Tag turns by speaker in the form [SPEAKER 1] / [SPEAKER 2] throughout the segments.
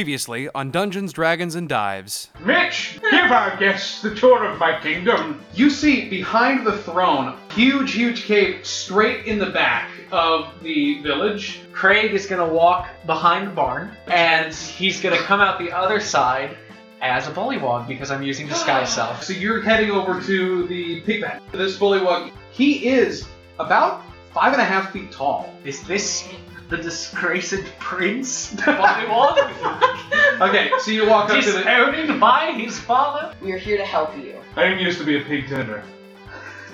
[SPEAKER 1] Previously on Dungeons, Dragons, and Dives.
[SPEAKER 2] Mitch, give our guests the tour of my kingdom. You see behind the throne, huge, huge cave straight in the back of the village.
[SPEAKER 3] Craig is gonna walk behind the barn, and he's gonna come out the other side as a bullywog because I'm using disguise self.
[SPEAKER 2] So you're heading over to the pigpen. This bullywug, he is about five and a half feet tall.
[SPEAKER 3] Is this the disgraced prince bullywog?
[SPEAKER 2] Okay, so you walk up to the.
[SPEAKER 3] Disowned by his father?
[SPEAKER 4] We're here to help you.
[SPEAKER 2] I didn't used to be a pig tender.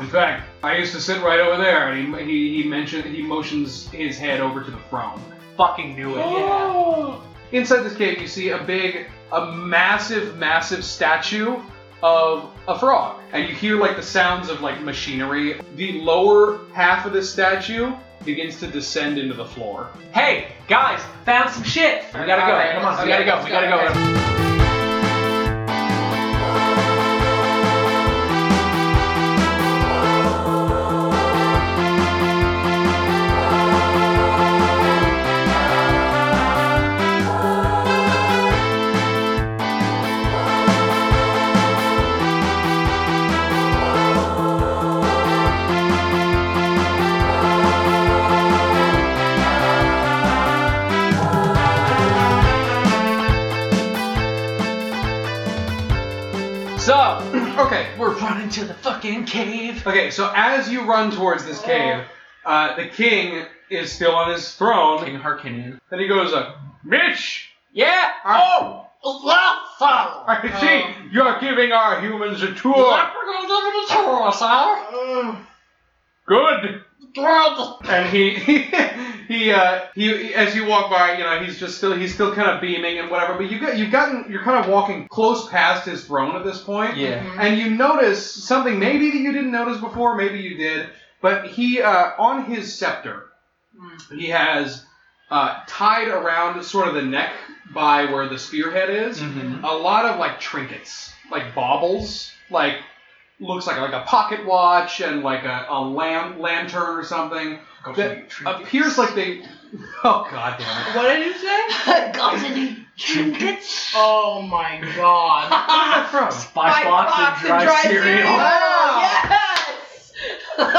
[SPEAKER 2] In fact, I used to sit right over there, and he, he, he mentioned he motions his head over to the throne.
[SPEAKER 3] Fucking knew it.
[SPEAKER 2] Inside this cave, you see a big, a massive, massive statue of a frog. And you hear like the sounds of like machinery. The lower half of the statue begins to descend into the floor.
[SPEAKER 3] Hey, guys, found some shit. We gotta go.
[SPEAKER 4] Alright,
[SPEAKER 3] Come on, we gotta
[SPEAKER 4] let's go,
[SPEAKER 3] go. We gotta
[SPEAKER 4] let's go.
[SPEAKER 3] go. So,
[SPEAKER 2] Okay,
[SPEAKER 3] we're running to the fucking cave.
[SPEAKER 2] okay. So as you run towards this cave, uh, the king is still on his throne.
[SPEAKER 3] King Harkinian.
[SPEAKER 2] Then he goes, uh, "Mitch,
[SPEAKER 3] Yeah.
[SPEAKER 2] Oh,
[SPEAKER 3] Lawful.
[SPEAKER 2] I see you're giving our humans a tour. Uh,
[SPEAKER 3] Leprechaun living in Taurus, huh?
[SPEAKER 2] Good."
[SPEAKER 3] Girl,
[SPEAKER 2] and he he uh he as you walk by you know he's just still he's still kind of beaming and whatever but you got you've gotten you're kind of walking close past his throne at this point
[SPEAKER 3] Yeah.
[SPEAKER 2] and you notice something maybe that you didn't notice before maybe you did but he uh on his scepter he has uh tied around sort of the neck by where the spearhead is
[SPEAKER 5] Mm-hmm.
[SPEAKER 3] Mm-hmm.
[SPEAKER 2] a lot of like trinkets, like baubles, like looks like like a pocket watch and like a, a lam- lantern or something that appears like they. Oh god damn it!
[SPEAKER 5] What did you say?
[SPEAKER 4] Got any trinkets?
[SPEAKER 5] Oh my god.
[SPEAKER 2] What is that from?
[SPEAKER 3] Spice Box and dry, cereal.
[SPEAKER 2] Wow.
[SPEAKER 4] Yes!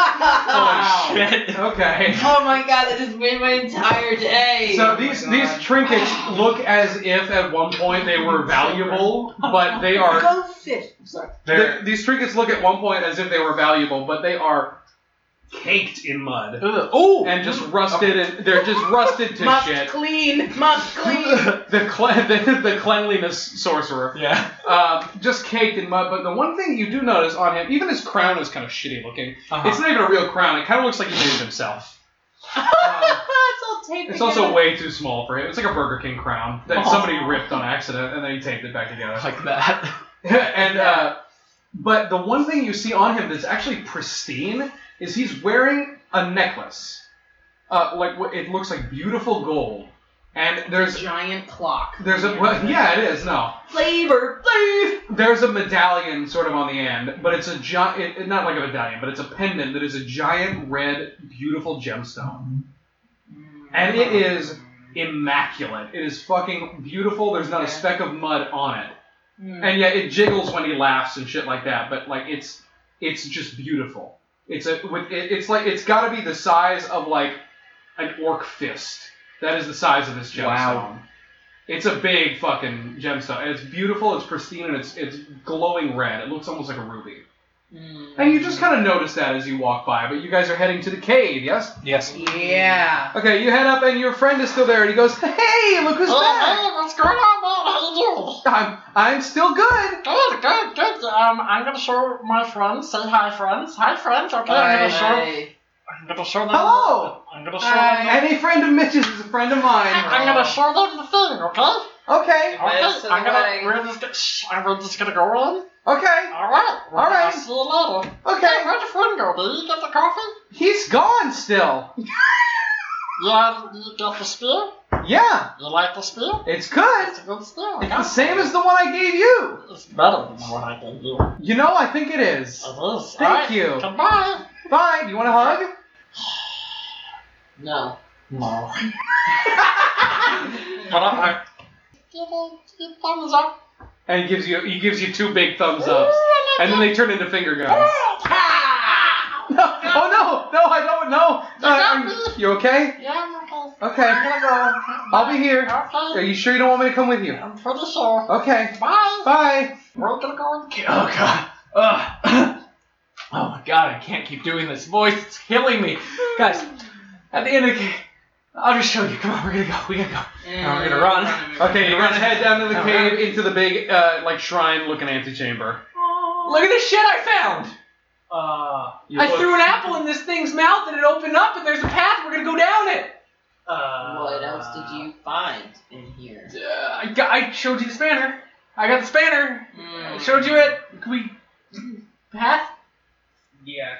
[SPEAKER 2] Wow.
[SPEAKER 3] Oh shit.
[SPEAKER 2] Okay.
[SPEAKER 4] Oh my god, that just made my entire day.
[SPEAKER 2] So these
[SPEAKER 5] God.
[SPEAKER 2] these trinkets look as if at one point they were valuable, but they are
[SPEAKER 4] Go fish. I'm sorry.
[SPEAKER 2] th- these trinkets look at one point as if they were valuable, but they are caked in mud
[SPEAKER 3] Oh.
[SPEAKER 2] and just rusted and they're just rusted to
[SPEAKER 4] Must
[SPEAKER 2] shit.
[SPEAKER 4] clean. Must clean.
[SPEAKER 2] the, cle- the, the cleanliness sorcerer.
[SPEAKER 3] Yeah.
[SPEAKER 2] Um, just caked in mud, but the one thing you do notice on him, even his crown is kind of shitty looking.
[SPEAKER 3] Uh-huh.
[SPEAKER 2] It's not even a real crown, it kind of looks like he made it himself. Um,
[SPEAKER 4] it's all taped
[SPEAKER 2] it's
[SPEAKER 4] together.
[SPEAKER 2] also way too small for him. It's like a Burger King crown that
[SPEAKER 3] Oh.
[SPEAKER 2] somebody ripped on accident and then he taped it back together.
[SPEAKER 3] like that.
[SPEAKER 2] and, uh, but the one thing you see on him that's actually pristine is he's wearing a necklace. Uh, like, what- it looks like beautiful gold. And there's
[SPEAKER 5] Giant clock.
[SPEAKER 2] There's a well, yeah, it is no.
[SPEAKER 4] flavor.
[SPEAKER 2] There's a medallion sort of on the end, but it's a giant, it, it- not like a medallion, but it's a pendant that is a giant red, beautiful gemstone, and it is immaculate. It is fucking beautiful. There's not a
[SPEAKER 4] Yeah.
[SPEAKER 2] speck of mud on it,
[SPEAKER 4] Mm.
[SPEAKER 2] and yet it jiggles when he laughs and shit like that. But like it's, it's just beautiful. It's a, with, it, it's like it's got to be the size of like an orc fist. That is the size of this gemstone.
[SPEAKER 3] Wow.
[SPEAKER 2] It's a big fucking gemstone. It's beautiful. It's pristine and it's it's glowing red. It looks almost like a ruby.
[SPEAKER 5] Mm-hmm.
[SPEAKER 2] And you just kind of notice that as you walk by. But you guys are heading to the cave, yes?
[SPEAKER 3] Yes.
[SPEAKER 5] Yeah.
[SPEAKER 2] Okay, you head up and your friend is still there. And he goes, Oh, "Hey, look
[SPEAKER 5] Oh,
[SPEAKER 2] who's back!
[SPEAKER 5] what's going on, man? How you doing?
[SPEAKER 2] I'm I'm still good."
[SPEAKER 5] Good, good, good. Um, I'm gonna show my friends. Say hi, friends. Hi, friends. Okay, I'm gonna show.
[SPEAKER 4] Bye.
[SPEAKER 5] I'm gonna show them.
[SPEAKER 2] Hello.
[SPEAKER 5] I'm gonna show
[SPEAKER 4] Hi.
[SPEAKER 5] them.
[SPEAKER 2] Any friend of Mitch's is a friend of mine.
[SPEAKER 5] I'm gonna show them the thing, okay?
[SPEAKER 2] Okay,
[SPEAKER 4] Yes,
[SPEAKER 5] Okay. I'm gonna.
[SPEAKER 4] right.
[SPEAKER 5] We're just gonna. Shh, and we're just gonna go in.
[SPEAKER 2] okay,
[SPEAKER 5] All right. We're
[SPEAKER 2] All
[SPEAKER 5] gonna
[SPEAKER 2] right.
[SPEAKER 5] See you later. Hey,
[SPEAKER 2] okay.
[SPEAKER 5] where'd your friend go? Did you get the coffee?
[SPEAKER 2] He's gone still.
[SPEAKER 5] Yeah. You got the spear.
[SPEAKER 2] Yeah,
[SPEAKER 5] You like the spear?
[SPEAKER 2] it's good.
[SPEAKER 5] It's a good spear. I
[SPEAKER 2] It's
[SPEAKER 5] got
[SPEAKER 2] the
[SPEAKER 5] it.
[SPEAKER 2] same as the one I gave you.
[SPEAKER 5] It's better than what I gave you. It
[SPEAKER 2] You know, I think it is.
[SPEAKER 5] is.
[SPEAKER 2] Thank
[SPEAKER 5] Alright,
[SPEAKER 2] you.
[SPEAKER 5] Goodbye.
[SPEAKER 2] Bye. Do you want a hug?
[SPEAKER 5] No. No. but I, I, give a give a thumbs up.
[SPEAKER 2] And he gives you he gives you two big thumbs ups, and then they turn into finger guns.
[SPEAKER 5] Ah!
[SPEAKER 2] No, oh no, no, I don't know. Uh, are you, you okay?
[SPEAKER 5] Yeah, I'm okay.
[SPEAKER 2] Okay,
[SPEAKER 5] I'm gonna go.
[SPEAKER 2] I'll be here. Are
[SPEAKER 5] Okay.
[SPEAKER 2] you sure you don't want me to come with you?
[SPEAKER 5] I'm pretty sure.
[SPEAKER 2] Okay,
[SPEAKER 5] Bye.
[SPEAKER 2] bye.
[SPEAKER 5] We're gonna go and kill.
[SPEAKER 3] Oh god. Ugh. oh my god, I can't keep doing this voice. It's killing me. Guys, at the end of the game, I'll just show you. Come on, we're gonna go. We gotta go. Now we're gonna run.
[SPEAKER 4] Mm.
[SPEAKER 2] Okay, you guys head down to the
[SPEAKER 3] No,
[SPEAKER 2] cave
[SPEAKER 3] no.
[SPEAKER 2] into the big uh, like shrine looking antechamber. Oh.
[SPEAKER 3] Look at the shit I found.
[SPEAKER 5] Uh,
[SPEAKER 2] You
[SPEAKER 3] I
[SPEAKER 2] look-
[SPEAKER 3] threw an apple in this thing's mouth and it opened up and there's a path. We're gonna go down it.
[SPEAKER 5] uh,
[SPEAKER 4] What else did you find in here?
[SPEAKER 3] Uh, I, got, I showed you the spanner. I got the spanner. I
[SPEAKER 6] Hmm.
[SPEAKER 4] Mm.
[SPEAKER 3] showed you it. Can we path
[SPEAKER 6] Yeah,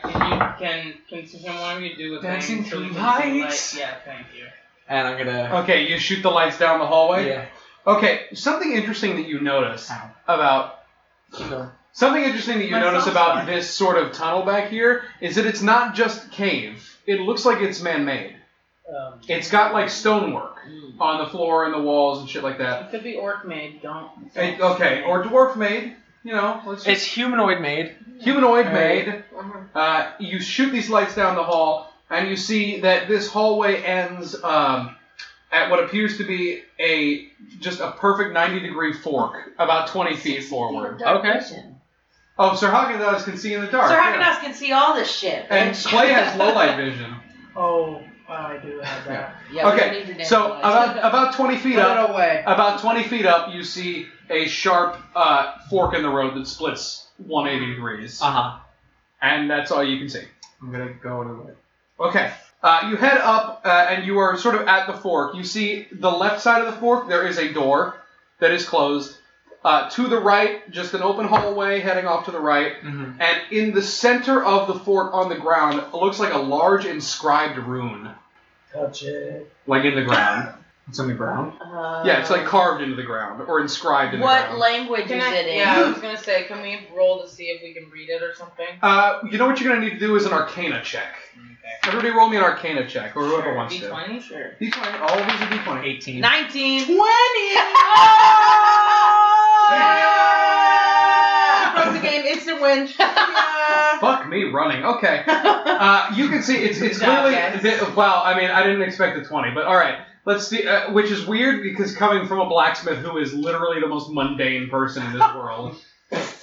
[SPEAKER 6] can you can can someone of you do a
[SPEAKER 3] Dancing
[SPEAKER 6] thing so we
[SPEAKER 3] through
[SPEAKER 6] can see the
[SPEAKER 3] lights.
[SPEAKER 6] light? Yeah, thank you.
[SPEAKER 3] and I'm gonna.
[SPEAKER 2] Okay, you shoot the lights down the hallway.
[SPEAKER 3] yeah.
[SPEAKER 2] Okay, something interesting that you notice
[SPEAKER 3] Ow.
[SPEAKER 2] about
[SPEAKER 3] Keep going.
[SPEAKER 2] something interesting that you
[SPEAKER 6] My
[SPEAKER 2] notice
[SPEAKER 6] thumb's
[SPEAKER 2] about
[SPEAKER 6] fine.
[SPEAKER 2] this sort of tunnel back here is that it's not just cave. It looks like it's man-made.
[SPEAKER 6] Um,
[SPEAKER 2] It's got like stonework
[SPEAKER 4] Mm.
[SPEAKER 2] on the floor and the walls and shit like that.
[SPEAKER 6] it could be orc made. Don't.
[SPEAKER 2] And- okay, or dwarf made. You know, let's just
[SPEAKER 3] It's humanoid made.
[SPEAKER 2] humanoid
[SPEAKER 3] All right.
[SPEAKER 2] made. Uh, you shoot these lights down the hall, and you see that this hallway ends um, at what appears to be a just a perfect 90 degree fork, about 20 feet forward.
[SPEAKER 3] Okay.
[SPEAKER 2] Oh, Sir Haagen-Dazs can see in the dark.
[SPEAKER 4] Sir
[SPEAKER 2] yeah.
[SPEAKER 4] Hakanas can see all this shit.
[SPEAKER 2] And
[SPEAKER 4] bitch.
[SPEAKER 2] Clay has low light vision.
[SPEAKER 5] Oh, I do have that.
[SPEAKER 4] Yeah, we
[SPEAKER 2] Okay,
[SPEAKER 4] don't need your
[SPEAKER 2] So
[SPEAKER 4] damn
[SPEAKER 2] about
[SPEAKER 4] lights.
[SPEAKER 2] about 20 feet
[SPEAKER 5] Put
[SPEAKER 2] up,
[SPEAKER 5] it away.
[SPEAKER 2] about 20 feet up, you see a sharp uh, fork in the road that splits 180 degrees.
[SPEAKER 3] Uh huh.
[SPEAKER 2] and that's all you can see.
[SPEAKER 3] I'm gonna go in the
[SPEAKER 2] Okay. Uh, you head up, uh, and you are sort of at the fork. You see the left side of the fork, there is a door that is closed. Uh, to the right, just an open hallway heading off to the right.
[SPEAKER 3] Mhm.
[SPEAKER 2] And in the center of the fork on the ground, it looks like a large inscribed rune,
[SPEAKER 5] Touch it.
[SPEAKER 2] like in the ground.
[SPEAKER 3] It's on the ground.
[SPEAKER 4] Uh,
[SPEAKER 2] yeah, it's like carved into the ground or inscribed in the
[SPEAKER 4] What
[SPEAKER 2] ground.
[SPEAKER 4] language
[SPEAKER 6] Can
[SPEAKER 4] is
[SPEAKER 6] I,
[SPEAKER 4] it in?
[SPEAKER 6] yeah, I was gonna say, can we roll to see if we can read it or something?
[SPEAKER 2] uh, you know what you're going to need to do is an arcana check. Everybody roll me an arcana check, or whoever
[SPEAKER 6] Sure,
[SPEAKER 2] wants to.
[SPEAKER 6] D20? Sure.
[SPEAKER 2] D20. All of these are D20.
[SPEAKER 3] 18.
[SPEAKER 4] 19. Broke the game, instant win.
[SPEAKER 2] Fuck me running. Okay. Uh, you can see it's it's
[SPEAKER 4] Good job,
[SPEAKER 2] clearly
[SPEAKER 4] guys.
[SPEAKER 2] thi- wow. I mean, I didn't expect a twenty, but all right. Let's see. Uh, which is weird because coming from a blacksmith who is literally the most mundane person in this world.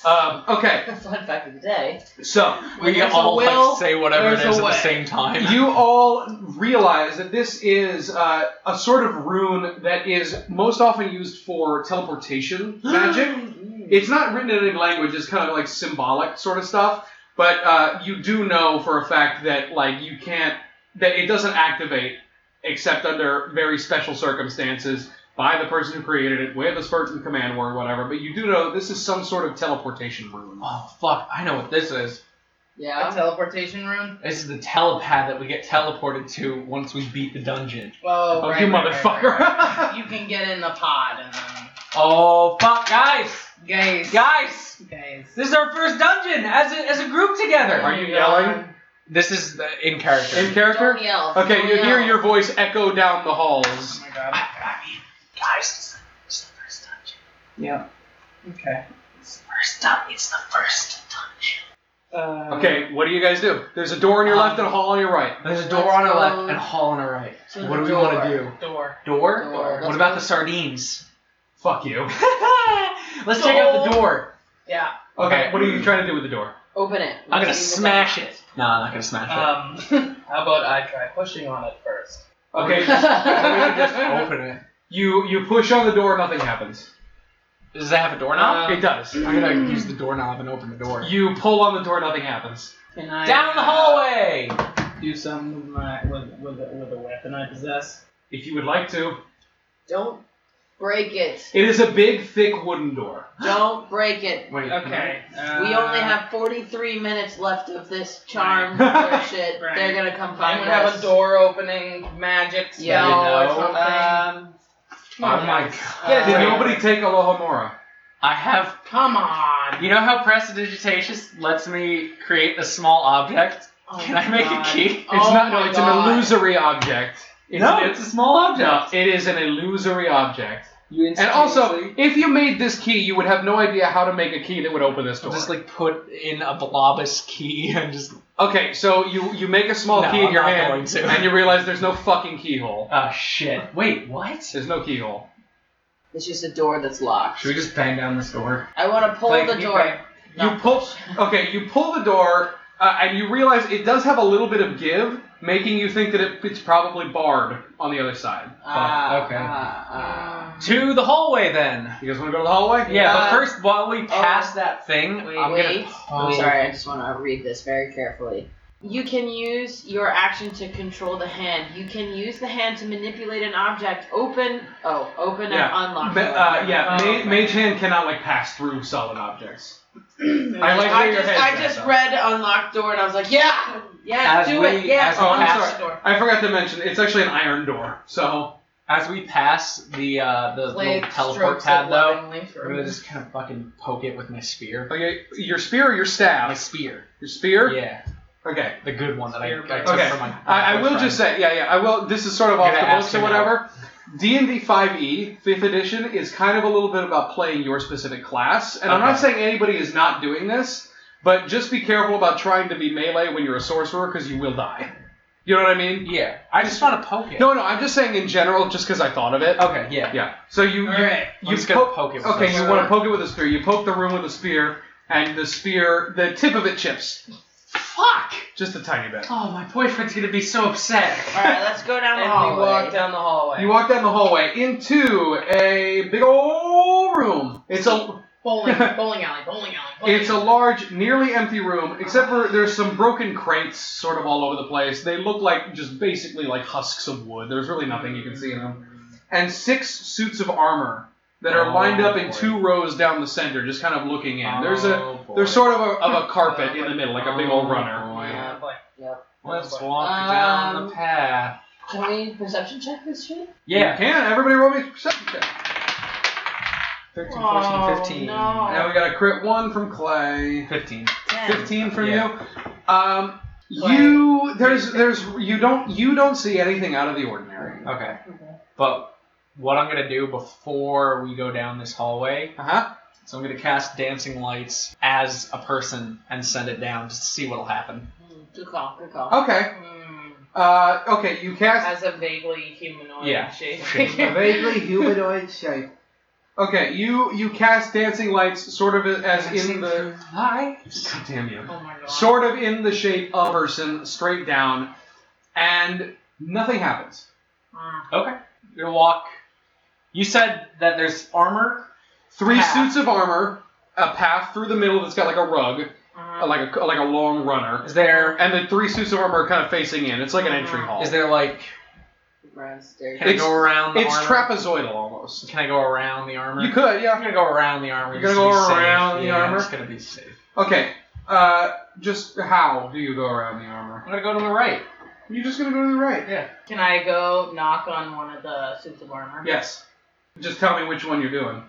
[SPEAKER 2] Um, okay,
[SPEAKER 4] Fun fact of the day.
[SPEAKER 2] so
[SPEAKER 3] We
[SPEAKER 4] There's a
[SPEAKER 3] all
[SPEAKER 4] will,
[SPEAKER 3] like say whatever it
[SPEAKER 4] there's
[SPEAKER 3] is at the
[SPEAKER 4] a way.
[SPEAKER 3] same time.
[SPEAKER 2] you all realize that this is uh, a sort of rune that is most often used for teleportation magic. It's not written in any language. It's kind of like symbolic sort of stuff. But uh, you do know for a fact that like you can't that it doesn't activate except under very special circumstances by the person who created it with a certain command word, whatever. But you do know this is some sort of teleportation rune.
[SPEAKER 3] Oh fuck! I know what this is.
[SPEAKER 6] A
[SPEAKER 4] Yeah.
[SPEAKER 6] teleportation room?
[SPEAKER 3] This is the telepath that we get teleported to once we beat the dungeon.
[SPEAKER 6] Oh,
[SPEAKER 2] Oh,
[SPEAKER 6] right,
[SPEAKER 2] you
[SPEAKER 6] right, right,
[SPEAKER 2] motherfucker!
[SPEAKER 6] right. You can get in the pod and then.
[SPEAKER 3] Oh fuck, guys!
[SPEAKER 6] Guys.
[SPEAKER 3] Guys!
[SPEAKER 6] Guys.
[SPEAKER 3] This is our first dungeon as a, as a group together.
[SPEAKER 2] Are you yelling
[SPEAKER 6] Oh
[SPEAKER 3] This is the, in character.
[SPEAKER 2] in character?
[SPEAKER 4] Don't yell.
[SPEAKER 2] Okay,
[SPEAKER 4] Don't
[SPEAKER 2] you hear
[SPEAKER 4] yell.
[SPEAKER 2] your voice echo down the halls.
[SPEAKER 6] Oh my god.
[SPEAKER 3] I, I mean, guys, it's the, it's the first dungeon.
[SPEAKER 6] Okay.
[SPEAKER 3] It's the first dungeon. It's the first dungeon.
[SPEAKER 6] Uh,
[SPEAKER 2] Okay, what do you guys do? There's a door on your left and a hall on your right.
[SPEAKER 3] There's a
[SPEAKER 4] Let's
[SPEAKER 3] door on our
[SPEAKER 4] go
[SPEAKER 3] left and a hall on our right.
[SPEAKER 4] to
[SPEAKER 3] What do
[SPEAKER 4] the
[SPEAKER 3] we want to
[SPEAKER 4] door.
[SPEAKER 3] do?
[SPEAKER 6] Door.
[SPEAKER 3] Door?
[SPEAKER 4] Door.
[SPEAKER 3] What
[SPEAKER 4] Let's
[SPEAKER 3] about
[SPEAKER 4] go-
[SPEAKER 3] the sardines?
[SPEAKER 2] Fuck you.
[SPEAKER 3] Let's check out the door.
[SPEAKER 6] Yeah.
[SPEAKER 2] Okay, what are you trying to do with the door?
[SPEAKER 4] Open it.
[SPEAKER 3] I'm gonna
[SPEAKER 4] Let's see the
[SPEAKER 3] smash it. No, I'm not gonna smash it.
[SPEAKER 6] Um, how about I try pushing on it first?
[SPEAKER 2] Okay,
[SPEAKER 4] thing.
[SPEAKER 2] we can just
[SPEAKER 3] Open it.
[SPEAKER 2] You you push on the door, nothing happens. Uh,
[SPEAKER 3] Does that have a doorknob?
[SPEAKER 6] Um,
[SPEAKER 2] it does.
[SPEAKER 3] I'm gonna use the doorknob and open the door.
[SPEAKER 2] You pull on the door, nothing happens.
[SPEAKER 6] Can I
[SPEAKER 3] Down the
[SPEAKER 6] uh,
[SPEAKER 3] hallway!
[SPEAKER 6] Do something with my with with the, with the weapon I possess.
[SPEAKER 2] If you would like to,
[SPEAKER 4] Don't break it.
[SPEAKER 2] it is a big, thick wooden door.
[SPEAKER 4] Don't break it.
[SPEAKER 3] Wait.
[SPEAKER 6] Okay. Uh,
[SPEAKER 4] We only have 43 minutes left of this charm bullshit.
[SPEAKER 6] Right.
[SPEAKER 4] They're gonna come
[SPEAKER 6] I'm
[SPEAKER 4] find
[SPEAKER 6] gonna have
[SPEAKER 4] us.
[SPEAKER 6] a door opening magic spell
[SPEAKER 4] Yeah,
[SPEAKER 3] you know.
[SPEAKER 6] or something.
[SPEAKER 4] Um,
[SPEAKER 6] Come on,
[SPEAKER 3] oh my
[SPEAKER 6] guys.
[SPEAKER 3] God.
[SPEAKER 6] Uh,
[SPEAKER 2] Did nobody take Aloha Mora?
[SPEAKER 3] I have.
[SPEAKER 6] Come on.
[SPEAKER 3] You know how prestidigitations lets me create a small object?
[SPEAKER 6] Oh
[SPEAKER 3] Can I make
[SPEAKER 6] God.
[SPEAKER 3] a key?
[SPEAKER 2] It's
[SPEAKER 6] Oh
[SPEAKER 2] not. No,
[SPEAKER 6] my
[SPEAKER 2] it's
[SPEAKER 6] God.
[SPEAKER 2] an illusory object. It's
[SPEAKER 3] no,
[SPEAKER 2] an-
[SPEAKER 3] it's a small object.
[SPEAKER 2] no, it is an illusory object.
[SPEAKER 5] You
[SPEAKER 2] And also, if you made this key, you would have no idea how to make a key that would open this door.
[SPEAKER 5] just like put in a blobus key and just
[SPEAKER 2] okay, so you you make a small
[SPEAKER 5] No,
[SPEAKER 2] key in
[SPEAKER 5] I'm
[SPEAKER 2] your
[SPEAKER 5] not
[SPEAKER 2] hand,
[SPEAKER 5] going to.
[SPEAKER 2] and you realize there's no fucking keyhole.
[SPEAKER 5] oh shit. Wait, what?
[SPEAKER 2] There's no keyhole.
[SPEAKER 4] It's just a door that's locked.
[SPEAKER 3] Should we just bang down this door?
[SPEAKER 4] I want to pull
[SPEAKER 2] Like,
[SPEAKER 4] the
[SPEAKER 2] you-
[SPEAKER 4] door. No.
[SPEAKER 2] You pull. Okay, you pull the door, uh, and you realize it does have a little bit of give, making you think that it, it's probably barred on the other side.
[SPEAKER 4] Ah,
[SPEAKER 3] okay.
[SPEAKER 6] Uh,
[SPEAKER 4] ah, ah.
[SPEAKER 3] To the hallway then.
[SPEAKER 2] You guys want to go to the hallway?
[SPEAKER 3] Yeah,
[SPEAKER 4] Uh,
[SPEAKER 3] but first while we pass that thing,
[SPEAKER 4] Wait,
[SPEAKER 3] I'm
[SPEAKER 4] wait.
[SPEAKER 3] gonna
[SPEAKER 4] I'm sorry, I just want to read this very carefully. You can use your action to control the hand. You can use the hand to manipulate an object. Open. Oh, open
[SPEAKER 2] Yeah.
[SPEAKER 4] and unlock.
[SPEAKER 2] Ma- uh,
[SPEAKER 4] door.
[SPEAKER 2] yeah,
[SPEAKER 4] Oh,
[SPEAKER 2] ma-
[SPEAKER 4] okay.
[SPEAKER 2] mage hand cannot like pass through solid objects. I like where
[SPEAKER 4] I
[SPEAKER 2] your
[SPEAKER 4] just,
[SPEAKER 2] head's
[SPEAKER 4] I
[SPEAKER 2] at,
[SPEAKER 4] just
[SPEAKER 2] though.
[SPEAKER 4] read unlock door and I was like, yeah, yeah,
[SPEAKER 3] As
[SPEAKER 4] do
[SPEAKER 3] we-
[SPEAKER 4] it, yeah. Oh,
[SPEAKER 3] as
[SPEAKER 2] we
[SPEAKER 4] unlock
[SPEAKER 2] pass-
[SPEAKER 4] the door.
[SPEAKER 2] I forgot to mention it's actually an iron door. So
[SPEAKER 3] as we pass the uh the
[SPEAKER 4] Blade
[SPEAKER 3] little teleport
[SPEAKER 4] strokes
[SPEAKER 3] pad
[SPEAKER 4] it
[SPEAKER 3] though,
[SPEAKER 4] lovingly for
[SPEAKER 3] I'm
[SPEAKER 4] me.
[SPEAKER 3] gonna just kinda fucking poke it with my spear.
[SPEAKER 2] okay, your spear or your
[SPEAKER 3] My
[SPEAKER 2] staff?
[SPEAKER 3] spear.
[SPEAKER 2] Your spear.
[SPEAKER 3] Yeah.
[SPEAKER 2] Okay.
[SPEAKER 3] The good one that I, I took
[SPEAKER 2] Okay.
[SPEAKER 3] from my
[SPEAKER 2] I, I will just say, yeah, yeah. I will. This is sort of off
[SPEAKER 3] You're
[SPEAKER 2] the
[SPEAKER 3] gonna
[SPEAKER 2] books
[SPEAKER 3] ask
[SPEAKER 2] or
[SPEAKER 3] him
[SPEAKER 2] whatever. D and D five E fifth edition is kind of a little bit about playing your specific class, and I'm not
[SPEAKER 3] Okay.
[SPEAKER 2] saying anybody is not doing this, but just be careful about trying to be melee when you're a sorcerer because you will die. You know what I mean?
[SPEAKER 3] Yeah. I just wanna poke it.
[SPEAKER 2] No, no. I'm just saying in general, just because I thought of it.
[SPEAKER 3] Okay, yeah.
[SPEAKER 2] Yeah. So you you,
[SPEAKER 6] Alright.
[SPEAKER 2] you
[SPEAKER 3] I'm just gonna
[SPEAKER 2] poke-
[SPEAKER 3] poke it with
[SPEAKER 2] Okay,
[SPEAKER 3] my
[SPEAKER 2] you want to poke it with a spear. You poke the room with a spear, and the spear, the tip of it chips
[SPEAKER 3] Fuck!
[SPEAKER 2] just a tiny bit.
[SPEAKER 3] Oh, my boyfriend's gonna be so upset.
[SPEAKER 4] All right, let's go down the
[SPEAKER 6] And
[SPEAKER 4] hallway.
[SPEAKER 6] we walk down the hallway.
[SPEAKER 2] You walk down the hallway into a big old room. It's a
[SPEAKER 6] bowling, bowling alley, bowling alley. Bowling
[SPEAKER 2] it's a large, nearly empty room, except for there's some broken crates sort of all over the place. They look like just basically like husks of wood. There's really nothing you can see in them. And six suits of armor that are
[SPEAKER 3] Oh,
[SPEAKER 2] lined up in
[SPEAKER 3] boy. Oh,
[SPEAKER 2] two rows down the center, just kind of looking in. Oh, There's a There's sort of a, of a carpet in the middle, like a big old runner.
[SPEAKER 6] Yeah, boy.
[SPEAKER 4] Yep.
[SPEAKER 3] Oh, Let's walk down
[SPEAKER 4] Um,
[SPEAKER 3] the path.
[SPEAKER 4] Can we perception check this shit?
[SPEAKER 2] You can. Everybody roll me a perception check.
[SPEAKER 3] 13,
[SPEAKER 4] Oh, no.
[SPEAKER 2] And we got a crit one from Clay.
[SPEAKER 3] 15.
[SPEAKER 2] Fifteen from
[SPEAKER 3] Yeah.
[SPEAKER 2] you. Um,
[SPEAKER 4] Clay.
[SPEAKER 2] you there's there's you don't you don't see anything out of the ordinary.
[SPEAKER 3] Okay.
[SPEAKER 4] Okay.
[SPEAKER 3] But what I'm going to do before we go down this hallway,
[SPEAKER 2] Uh huh.
[SPEAKER 3] so I'm going to cast Dancing Lights as a person and send it down just to see what'll happen.
[SPEAKER 4] Mm, Good call. Good call.
[SPEAKER 2] Okay.
[SPEAKER 4] Mm,
[SPEAKER 2] Uh, okay. You cast
[SPEAKER 4] as a vaguely humanoid
[SPEAKER 3] Yeah.
[SPEAKER 4] shape.
[SPEAKER 6] vaguely humanoid shape.
[SPEAKER 2] okay. You you cast dancing lights sort of as in the
[SPEAKER 3] Lights.
[SPEAKER 2] God damn you.
[SPEAKER 4] Oh my god.
[SPEAKER 2] sort of in the shape of a person, straight down, and nothing happens.
[SPEAKER 4] Mm.
[SPEAKER 3] Okay. You're going to walk. You said that there's armor.
[SPEAKER 2] Three
[SPEAKER 3] Path.
[SPEAKER 2] suits of armor, a path through the middle that's got like a rug,
[SPEAKER 4] Mm.
[SPEAKER 2] uh, like a like a long runner,
[SPEAKER 3] Is there?
[SPEAKER 2] and the three suits of armor are kind of facing in. It's like an entry hall.
[SPEAKER 3] Is there like?
[SPEAKER 4] Brown stairs.
[SPEAKER 3] Can
[SPEAKER 2] It's-
[SPEAKER 3] I go around? The
[SPEAKER 2] it's
[SPEAKER 3] armor?
[SPEAKER 2] trapezoidal almost.
[SPEAKER 3] Can I go around the armor?
[SPEAKER 2] You could,
[SPEAKER 3] I'm
[SPEAKER 2] yeah.
[SPEAKER 3] gonna go around the armor.
[SPEAKER 2] You're gonna
[SPEAKER 3] just to
[SPEAKER 2] go
[SPEAKER 3] be safe.
[SPEAKER 2] around the
[SPEAKER 3] Yeah, I'm
[SPEAKER 2] armor?
[SPEAKER 3] just gonna be safe.
[SPEAKER 2] Okay. Uh, just how do you go around the armor?
[SPEAKER 3] I'm gonna go to the right.
[SPEAKER 2] You're just gonna go to the right.
[SPEAKER 3] Yeah.
[SPEAKER 4] Can I go knock on one of the suits of armor?
[SPEAKER 2] Yes. Just tell me which one you're doing.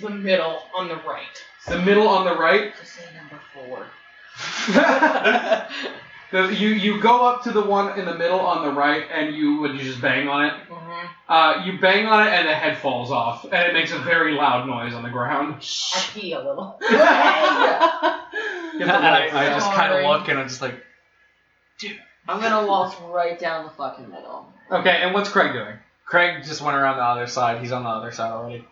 [SPEAKER 4] The middle on the right.
[SPEAKER 2] The middle on the right.
[SPEAKER 4] Just say number four.
[SPEAKER 2] the, you you go up to the one in the middle on the right, and you would you just bang on it.
[SPEAKER 4] Mm-hmm.
[SPEAKER 2] Uh, you bang on it, and the head falls off, and it makes a very loud noise on the ground.
[SPEAKER 4] I pee a little.
[SPEAKER 2] Get
[SPEAKER 3] And
[SPEAKER 2] the
[SPEAKER 3] I,
[SPEAKER 2] lights
[SPEAKER 3] I
[SPEAKER 2] out.
[SPEAKER 3] just kind
[SPEAKER 4] Sorry.
[SPEAKER 3] of look and I'm just like,
[SPEAKER 4] I'm gonna waltz right down the fucking middle.
[SPEAKER 2] Okay, and what's Craig doing?
[SPEAKER 3] Craig just went around the other side. He's on the other side already.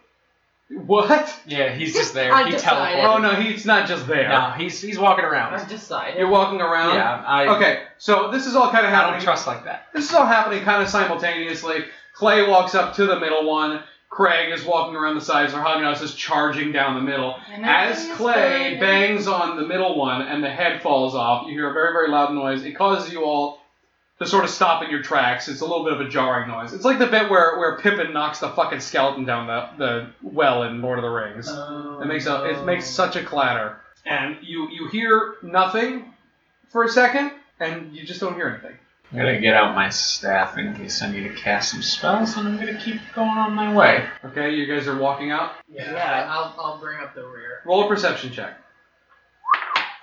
[SPEAKER 2] What?
[SPEAKER 3] Yeah, he's just there.
[SPEAKER 4] I
[SPEAKER 3] he
[SPEAKER 4] decided.
[SPEAKER 2] Oh
[SPEAKER 3] teleported.
[SPEAKER 2] no, he's not just there.
[SPEAKER 3] No, he's he's walking
[SPEAKER 4] I
[SPEAKER 3] around.
[SPEAKER 4] decided.
[SPEAKER 2] You're walking around.
[SPEAKER 3] Yeah, I
[SPEAKER 2] Okay, so this is all kind of
[SPEAKER 3] I don't
[SPEAKER 2] happening.
[SPEAKER 3] trust like that.
[SPEAKER 2] This is all happening kind of simultaneously. Clay walks up to the middle one. Craig is walking around the sides. Rahagnaz is charging down the middle. As Clay bangs on the middle one and the head falls off, you hear a very, very loud noise. It causes you all to sort of stop in your tracks. It's a little bit of a jarring noise. It's like the bit where, where Pippin knocks the fucking skeleton down the, the well in Lord of the Rings.
[SPEAKER 6] Oh,
[SPEAKER 2] it makes a, it makes such a clatter. And you, you hear nothing for a second, and you just don't hear anything.
[SPEAKER 3] I'm gonna get out my staff in case I need to cast some spells, and I'm gonna keep going on my way.
[SPEAKER 2] Okay, you guys are walking out.
[SPEAKER 6] Yeah,
[SPEAKER 4] Yeah.
[SPEAKER 6] I'll, I'll bring up the rear.
[SPEAKER 2] Roll a perception check.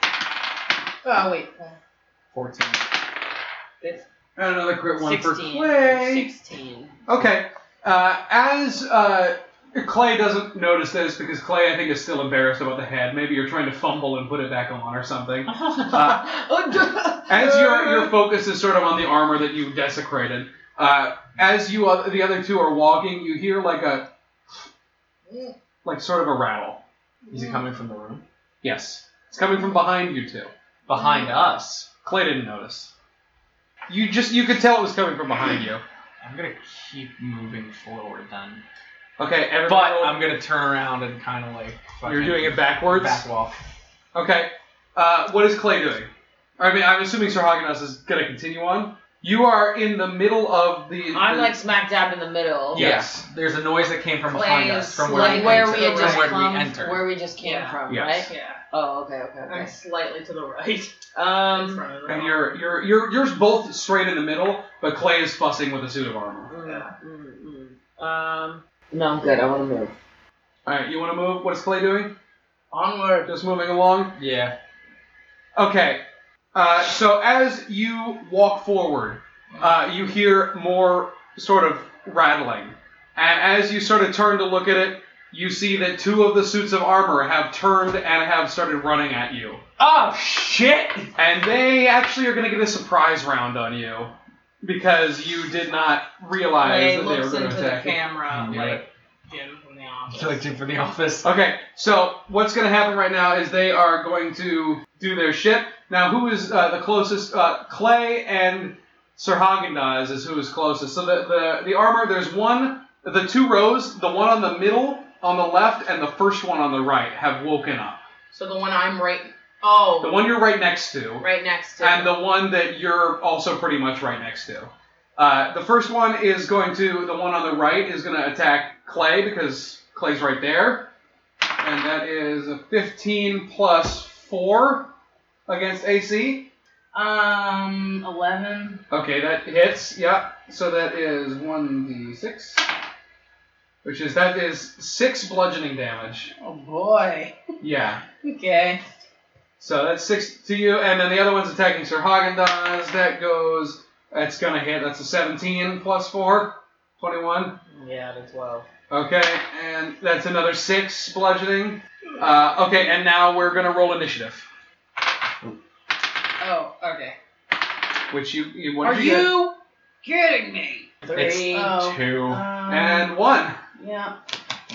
[SPEAKER 4] Oh wait. uh,
[SPEAKER 3] Fourteen.
[SPEAKER 2] And another crit one for
[SPEAKER 4] Sixteen.
[SPEAKER 2] Clay.
[SPEAKER 4] Sixteen.
[SPEAKER 2] Okay. Uh, as uh, Clay doesn't notice this because Clay, I think, is still embarrassed about the head. Maybe you're trying to fumble and put it back on or something. Uh, As your your focus is sort of on the armor that you desecrated, uh, as you uh, the other two are walking, you hear like a like sort of a rattle.
[SPEAKER 3] Is it coming from the room?
[SPEAKER 2] Yes, it's coming from behind you two.
[SPEAKER 3] Behind us.
[SPEAKER 2] Clay didn't notice. You just you could tell it was coming from behind you.
[SPEAKER 3] I'm gonna keep moving forward then.
[SPEAKER 2] Okay, everybody.
[SPEAKER 3] But I'm gonna turn around and kind of like.
[SPEAKER 2] you're
[SPEAKER 3] fucking
[SPEAKER 2] doing it backwards.
[SPEAKER 3] Back walk.
[SPEAKER 2] Okay. Uh, what is Clay doing? I mean, I'm assuming Sir Hagenas is going to continue on. You are in the middle of the.
[SPEAKER 7] I'm
[SPEAKER 2] the-
[SPEAKER 7] like smack dab in the middle.
[SPEAKER 3] Yes. There's a noise that came from behind us, from where,
[SPEAKER 7] Like
[SPEAKER 3] we,
[SPEAKER 7] where we
[SPEAKER 3] entered-
[SPEAKER 7] had
[SPEAKER 3] from
[SPEAKER 7] just
[SPEAKER 3] where
[SPEAKER 7] come,
[SPEAKER 3] we entered.
[SPEAKER 7] where we just came
[SPEAKER 4] Yeah.
[SPEAKER 7] from,
[SPEAKER 2] Yes.
[SPEAKER 7] right?
[SPEAKER 4] Yeah.
[SPEAKER 7] Oh, okay, okay, okay.
[SPEAKER 4] I'm slightly to the right. in
[SPEAKER 7] Um,
[SPEAKER 4] front of the
[SPEAKER 2] And
[SPEAKER 4] rock.
[SPEAKER 2] you're you're you're you're both straight in the middle, but Clay is fussing with a suit of armor.
[SPEAKER 4] Yeah.
[SPEAKER 7] mm, mm, mm. um, no, I'm good. I want to move.
[SPEAKER 2] All right, you want to move? What is Clay doing?
[SPEAKER 4] Onward.
[SPEAKER 2] Just moving along.
[SPEAKER 3] yeah.
[SPEAKER 2] Okay. Uh, so as you walk forward, uh, you hear more sort of rattling, and as you sort of turn to look at it, you see that two of the suits of armor have turned and have started running at you.
[SPEAKER 3] Oh shit!
[SPEAKER 2] And they actually are going to get a surprise round on you because you did not realize
[SPEAKER 4] Clay
[SPEAKER 2] that they were
[SPEAKER 4] looks
[SPEAKER 2] going
[SPEAKER 4] into
[SPEAKER 2] to
[SPEAKER 4] the
[SPEAKER 2] attack you. Mm-hmm.
[SPEAKER 4] camera
[SPEAKER 3] Knew
[SPEAKER 4] like Jim from the office.
[SPEAKER 3] Like dude from the office.
[SPEAKER 2] Okay, so what's going to happen right now is they are going to do their shit. Now, who is uh, the closest? Uh, Clay and Sir Hagendaz is who is closest. So the, the, the armor, there's one, the two rows, the one on the middle on the left and the first one on the right have woken up.
[SPEAKER 4] So the one I'm right.
[SPEAKER 2] The
[SPEAKER 4] Oh,
[SPEAKER 2] one you're right next to.
[SPEAKER 4] right next to.
[SPEAKER 2] and the one that you're also pretty much right next to. Uh, the first one is going to the one on the right is going to attack Clay because Clay's right there, and that is a 15 plus four against AC.
[SPEAKER 4] um, eleven.
[SPEAKER 2] Okay, that hits. Yeah, so that is 1d6, which is that is six bludgeoning damage.
[SPEAKER 4] Oh boy.
[SPEAKER 2] Yeah.
[SPEAKER 4] Okay.
[SPEAKER 2] So that's six to you, and then the other one's attacking Sir Hagendaz. That goes. That's gonna hit. That's a 17 plus four. 21.
[SPEAKER 7] Yeah, the twelve.
[SPEAKER 2] Okay, and that's another six bludgeoning. Uh, okay, and now we're gonna roll initiative.
[SPEAKER 4] Oh, okay.
[SPEAKER 2] Which you, you what
[SPEAKER 4] Are
[SPEAKER 2] did you, get?
[SPEAKER 4] you kidding me?
[SPEAKER 7] Three.
[SPEAKER 4] Oh.
[SPEAKER 3] Two.
[SPEAKER 4] Um,
[SPEAKER 2] And one.
[SPEAKER 4] yeah.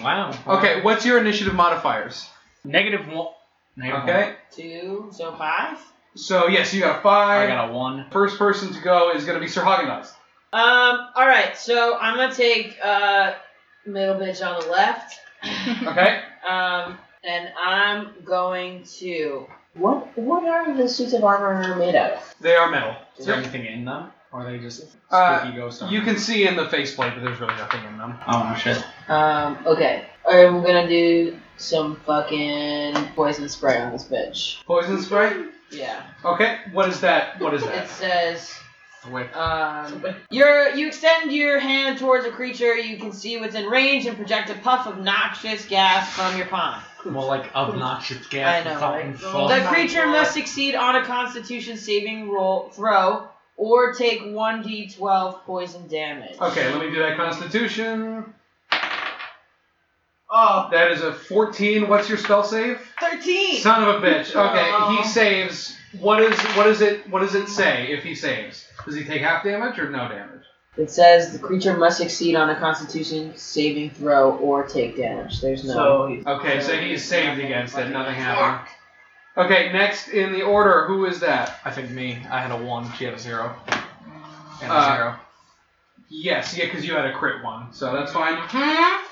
[SPEAKER 3] Wow.
[SPEAKER 2] Okay, what's your initiative modifiers?
[SPEAKER 3] Negative one. Negative one.
[SPEAKER 2] Okay,
[SPEAKER 7] Two, so five.
[SPEAKER 2] so yes, you got a
[SPEAKER 3] I
[SPEAKER 2] five.
[SPEAKER 3] got a one.
[SPEAKER 2] First person to go is gonna be Sir Hagendaz.
[SPEAKER 7] Um, all right, so I'm gonna take uh middle bitch on the left.
[SPEAKER 2] Okay,
[SPEAKER 7] Um, and I'm going to. What What are the suits of armor made out of?
[SPEAKER 2] they are metal.
[SPEAKER 3] Is there anything in them? Or are they just spooky
[SPEAKER 2] Uh,
[SPEAKER 3] ghosts?
[SPEAKER 2] You can see in the faceplate that there's really nothing in them.
[SPEAKER 3] Oh shit.
[SPEAKER 7] Um, okay. I'm gonna do some fucking poison spray on this bitch.
[SPEAKER 2] Poison spray.
[SPEAKER 7] Yeah.
[SPEAKER 2] Okay, what is that? What is
[SPEAKER 7] It
[SPEAKER 2] that?
[SPEAKER 7] says.
[SPEAKER 3] Whip.
[SPEAKER 7] Um, your, you extend your hand towards a creature you can see within range and project a puff of noxious gas from your palm.
[SPEAKER 3] Well, like obnoxious
[SPEAKER 7] I
[SPEAKER 3] gas.
[SPEAKER 7] know,
[SPEAKER 3] fucking
[SPEAKER 7] right?
[SPEAKER 3] fuck.
[SPEAKER 7] the
[SPEAKER 4] Oh my
[SPEAKER 7] creature
[SPEAKER 4] God.
[SPEAKER 7] must succeed on a Constitution saving roll throw or take 1d12 poison damage.
[SPEAKER 2] Okay, let me do that Constitution.
[SPEAKER 4] Oh,
[SPEAKER 2] That is a 14. What's your spell save?
[SPEAKER 7] 13.
[SPEAKER 2] Son of a bitch. Okay,
[SPEAKER 4] Aw.
[SPEAKER 2] he saves. What is what is it? What does it say if he saves? Does he take half damage or no damage?
[SPEAKER 7] It says the creature must succeed on a Constitution saving throw or take damage. There's no.
[SPEAKER 4] so he's
[SPEAKER 2] Okay, so he's saved
[SPEAKER 7] Nothing.
[SPEAKER 2] against it. Nothing happened. Okay, next in the order, who is that?
[SPEAKER 3] I think me. I had a one. She had a zero. And a
[SPEAKER 2] Uh,
[SPEAKER 3] zero.
[SPEAKER 2] Yes, yeah, because you had a crit one, so that's fine.
[SPEAKER 4] Hmm?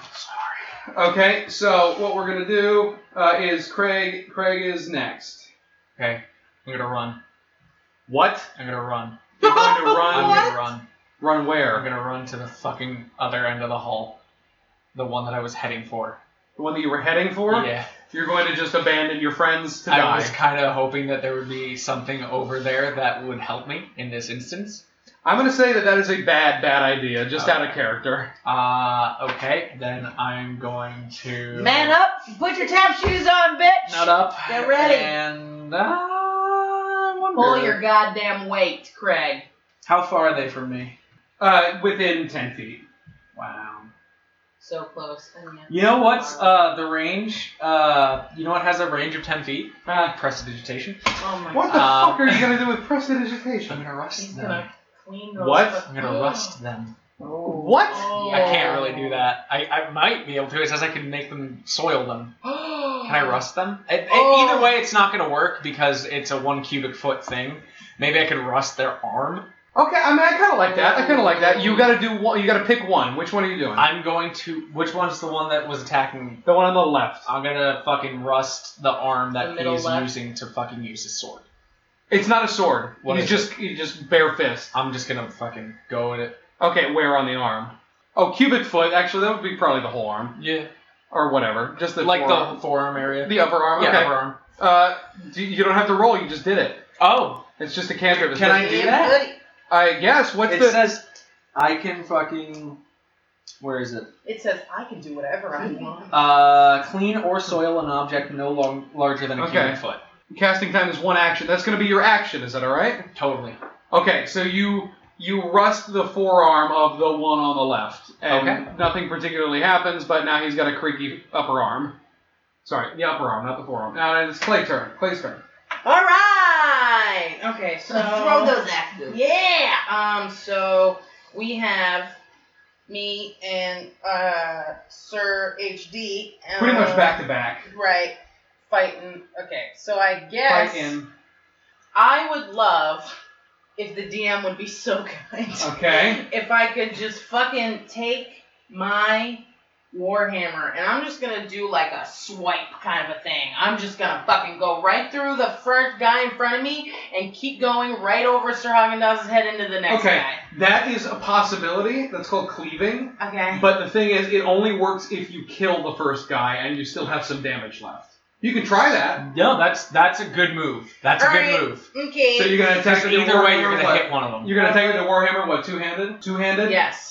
[SPEAKER 2] Okay, so what we're gonna do uh, is Craig. Craig is next.
[SPEAKER 3] Okay. I'm gonna run.
[SPEAKER 2] What?
[SPEAKER 3] I'm gonna run.
[SPEAKER 2] You're going to
[SPEAKER 3] I'm
[SPEAKER 2] run.
[SPEAKER 3] gonna run.
[SPEAKER 2] Run
[SPEAKER 3] I'm
[SPEAKER 2] where?
[SPEAKER 3] gonna run to the fucking other end of the hall. The one that I was heading for.
[SPEAKER 2] The one that you were heading for?
[SPEAKER 3] Yeah.
[SPEAKER 2] You're going to just abandon your friends to
[SPEAKER 3] I
[SPEAKER 2] die.
[SPEAKER 3] was kind of hoping that there would be something over there that would help me in this instance.
[SPEAKER 2] I'm going to say that that is a bad, bad idea, just
[SPEAKER 3] Oh.
[SPEAKER 2] out of character.
[SPEAKER 3] Uh, okay, then I'm going to.
[SPEAKER 7] Man up! Put your tap shoes on, bitch!
[SPEAKER 3] Nut up.
[SPEAKER 7] Get ready.
[SPEAKER 3] And. Uh, I wonder-
[SPEAKER 4] Pull your goddamn weight, Craig.
[SPEAKER 3] How far are they from me?
[SPEAKER 2] Uh, within 10 feet.
[SPEAKER 3] Wow.
[SPEAKER 4] So close. And yeah.
[SPEAKER 3] You know what's uh, the range? Uh, you know what has a range of 10 feet? Uh, prestidigitation.
[SPEAKER 4] Oh my
[SPEAKER 2] What the
[SPEAKER 3] Um,
[SPEAKER 2] fuck are you gonna do with
[SPEAKER 3] I'm
[SPEAKER 2] prestidigitation?
[SPEAKER 3] gonna rust
[SPEAKER 4] He's
[SPEAKER 3] them.
[SPEAKER 4] gonna clean those.
[SPEAKER 2] What?
[SPEAKER 4] up.
[SPEAKER 3] I'm gonna rust them.
[SPEAKER 6] Oh.
[SPEAKER 2] What?
[SPEAKER 3] I can't really do that. I, I might be able to. It says I can make them soil them. Can I rust them? I, I-
[SPEAKER 4] Oh.
[SPEAKER 3] either way, it's not gonna work because it's a one cubic foot thing. Maybe I could rust their arm.
[SPEAKER 2] Okay, I mean I kind of like that. I kind of like that. You gotta do one. You gotta pick one. Which one are you doing?
[SPEAKER 3] I'm going to. Which one's the one that was attacking?
[SPEAKER 2] the one on the left.
[SPEAKER 3] I'm gonna fucking rust the arm
[SPEAKER 4] The
[SPEAKER 3] that
[SPEAKER 4] middle
[SPEAKER 3] he's
[SPEAKER 4] left?
[SPEAKER 3] using to fucking use his sword.
[SPEAKER 2] It's not a sword.
[SPEAKER 3] What
[SPEAKER 2] you
[SPEAKER 3] is
[SPEAKER 2] just you just bare fist.
[SPEAKER 3] I'm just gonna fucking go at it.
[SPEAKER 2] Okay, where on the arm? Oh, cubic foot. Actually, that would be probably the whole arm
[SPEAKER 3] Yeah.
[SPEAKER 2] or whatever. Just the
[SPEAKER 3] like
[SPEAKER 2] forearm.
[SPEAKER 3] the forearm area.
[SPEAKER 2] the upper arm.
[SPEAKER 3] yeah,
[SPEAKER 2] okay.
[SPEAKER 3] upper arm.
[SPEAKER 2] Uh, do, you don't have to roll. You just did it.
[SPEAKER 3] Oh,
[SPEAKER 2] It's just a cantrip. It
[SPEAKER 3] Can I
[SPEAKER 2] says-
[SPEAKER 3] do that?
[SPEAKER 2] I guess. What's
[SPEAKER 3] it
[SPEAKER 2] the?
[SPEAKER 3] says I can fucking. Where is it?
[SPEAKER 4] It says I can do whatever I want.
[SPEAKER 3] Uh, clean or soil an object no long, larger than a
[SPEAKER 2] Okay.
[SPEAKER 3] cubic foot.
[SPEAKER 2] Casting time is one action. That's going to be your action. Is that all right?
[SPEAKER 3] Totally.
[SPEAKER 2] Okay, so you you rust the forearm of the one on the left, and
[SPEAKER 3] Okay.
[SPEAKER 2] nothing particularly happens. But now he's got a creaky upper arm. Sorry, the upper arm, not the forearm. Now it's Clay's turn. Clay's turn.
[SPEAKER 4] All right. Okay, so
[SPEAKER 7] Um,
[SPEAKER 6] Throw those
[SPEAKER 4] axes. Yeah. Um. So we have me and uh Sir HD. Um,
[SPEAKER 2] Pretty much back to back.
[SPEAKER 4] Right. Fighting. Okay. So I guess
[SPEAKER 2] Fight in.
[SPEAKER 4] I would love if the DM would be so kind.
[SPEAKER 2] Okay.
[SPEAKER 4] If I could just fucking take my warhammer and I'm just gonna do like a swipe kind of a thing. I'm just gonna fucking go right through the first guy in front of me and keep going right over Sir Hagendaz's head into the next
[SPEAKER 2] Okay. That is a possibility. That's called cleaving.
[SPEAKER 4] guy. Okay.
[SPEAKER 2] But the thing is, it only works if you kill the first guy and you still have some damage left. You can try that.
[SPEAKER 3] No, that's that's a good move. That's a good
[SPEAKER 4] Alright.
[SPEAKER 3] move.
[SPEAKER 4] Okay.
[SPEAKER 2] So you're gonna attack
[SPEAKER 3] So
[SPEAKER 2] with your
[SPEAKER 3] either way, you're
[SPEAKER 2] warhammer,
[SPEAKER 3] gonna
[SPEAKER 2] what?
[SPEAKER 3] hit one of them.
[SPEAKER 2] You're gonna attack with the warhammer. What? Two handed? Two handed?
[SPEAKER 4] yes.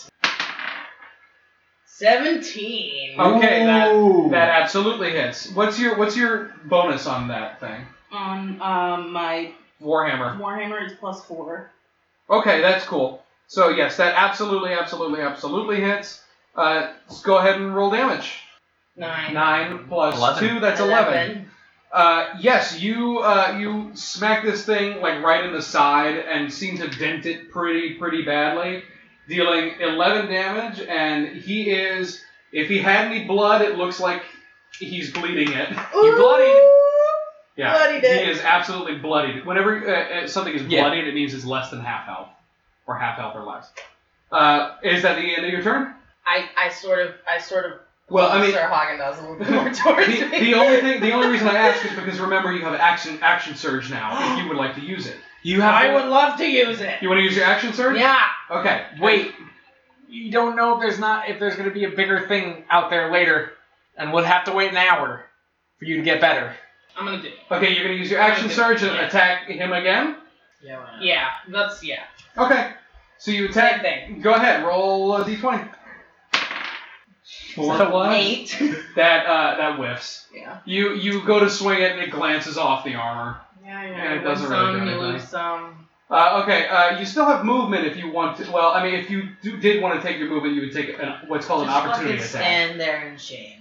[SPEAKER 4] Seventeen.
[SPEAKER 2] Oh. Okay,
[SPEAKER 3] Ooh.
[SPEAKER 2] That absolutely hits. What's your What's your bonus on that thing?
[SPEAKER 4] On um my
[SPEAKER 2] Warhammer.
[SPEAKER 4] warhammer is plus four.
[SPEAKER 2] Okay, that's cool. So yes, that absolutely, absolutely, absolutely hits. Uh, let's go ahead and roll damage.
[SPEAKER 4] Nine.
[SPEAKER 2] Nine plus
[SPEAKER 3] Eleven.
[SPEAKER 2] two, that's eleven. Uh, yes, you uh, you smack this thing like right in the side and seem to dent it pretty pretty badly, dealing eleven damage. And he is, if he had any blood, it looks like he's bleeding it.
[SPEAKER 3] You bloodied.
[SPEAKER 2] Yeah,
[SPEAKER 4] Bloodied it.
[SPEAKER 2] he is absolutely bloodied. Whenever uh, uh, something is
[SPEAKER 3] Yeah.
[SPEAKER 2] bloodied, it means it's less than half health, or half health or less. Uh, is that the end of your turn?
[SPEAKER 4] I, I sort of I sort of
[SPEAKER 2] Well, I mean,
[SPEAKER 4] Sir Hagen does a little bit more towards
[SPEAKER 2] the,
[SPEAKER 4] me.
[SPEAKER 2] the only thing, the only reason I ask is because remember you have action action surge now. If you would like to use it,
[SPEAKER 3] You have.
[SPEAKER 5] I would love to use it.
[SPEAKER 2] you want to use your action surge?
[SPEAKER 4] Yeah.
[SPEAKER 2] Okay.
[SPEAKER 3] Wait, you don't know if there's not if there's gonna be a bigger thing out there later, and we'll have to wait an hour for you to get better.
[SPEAKER 4] I'm gonna do it.
[SPEAKER 2] Okay, you're gonna use your action surge and attack him again.
[SPEAKER 6] Yeah. why not?
[SPEAKER 4] Yeah, that's yeah.
[SPEAKER 2] Okay. So you
[SPEAKER 4] Same
[SPEAKER 2] attack.
[SPEAKER 4] thing.
[SPEAKER 2] Go ahead. Roll a d20. Four
[SPEAKER 4] So
[SPEAKER 2] plus.
[SPEAKER 4] eight.
[SPEAKER 2] That uh, that whiffs.
[SPEAKER 4] Yeah.
[SPEAKER 2] You you go to swing it and it glances off the armor.
[SPEAKER 4] Yeah,
[SPEAKER 2] Yeah, it
[SPEAKER 4] you
[SPEAKER 2] doesn't
[SPEAKER 4] lose
[SPEAKER 2] really
[SPEAKER 4] some,
[SPEAKER 2] do
[SPEAKER 4] you
[SPEAKER 2] anything.
[SPEAKER 4] lose some.
[SPEAKER 2] Uh, okay, uh, you still have movement if you want to. Well, I mean, if you do, did want to take your movement, you would take an, what's called
[SPEAKER 4] Just
[SPEAKER 2] an opportunity
[SPEAKER 4] fucking
[SPEAKER 2] attack.
[SPEAKER 4] stand there in shame.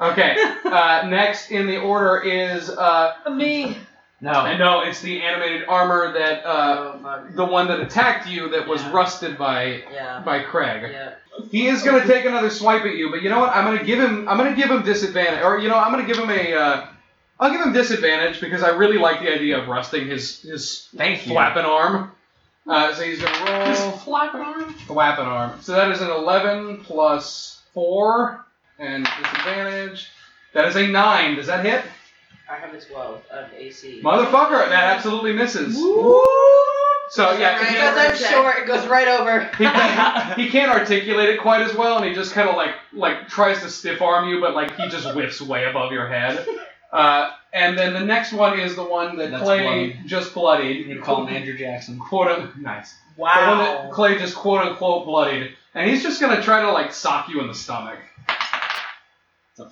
[SPEAKER 2] okay, uh, next in the order is. Uh,
[SPEAKER 4] Me.
[SPEAKER 3] No.
[SPEAKER 2] and no, it's the animated armor that. Uh,
[SPEAKER 6] Oh, fuck.
[SPEAKER 2] the one that attacked you that was
[SPEAKER 6] Yeah.
[SPEAKER 2] rusted by
[SPEAKER 6] Yeah.
[SPEAKER 2] by Craig.
[SPEAKER 6] Yeah.
[SPEAKER 2] He is gonna take another swipe at you, but you know what? I'm gonna give him. I'm gonna give him disadvantage, or you know, I'm gonna give him a. Uh, I'll give him disadvantage because I really like the idea of rusting his his
[SPEAKER 3] Thank you.
[SPEAKER 2] flapping arm. Uh, so he's gonna roll.
[SPEAKER 3] Just flap it on.
[SPEAKER 2] Flapping arm. So that is an 11 plus 4 and disadvantage. That is a 9. Does that hit?
[SPEAKER 6] I have a 12 of AC.
[SPEAKER 2] Motherfucker, that absolutely misses. So
[SPEAKER 4] Because
[SPEAKER 2] yeah,
[SPEAKER 4] I'm short, it goes right over.
[SPEAKER 2] he, he, can't, he can't articulate it quite as well, and he just kind of like like tries to stiff arm you, but like he just whiffs way above your head. Uh, and then the next one is the one that
[SPEAKER 3] That's
[SPEAKER 2] Clay
[SPEAKER 3] bloody.
[SPEAKER 2] just bloodied.
[SPEAKER 3] You can call him Andrew Jackson.
[SPEAKER 2] Quote un- nice. The one that
[SPEAKER 4] Wow.
[SPEAKER 2] Clay just quote unquote bloodied, and he's just gonna try to like sock you in the stomach.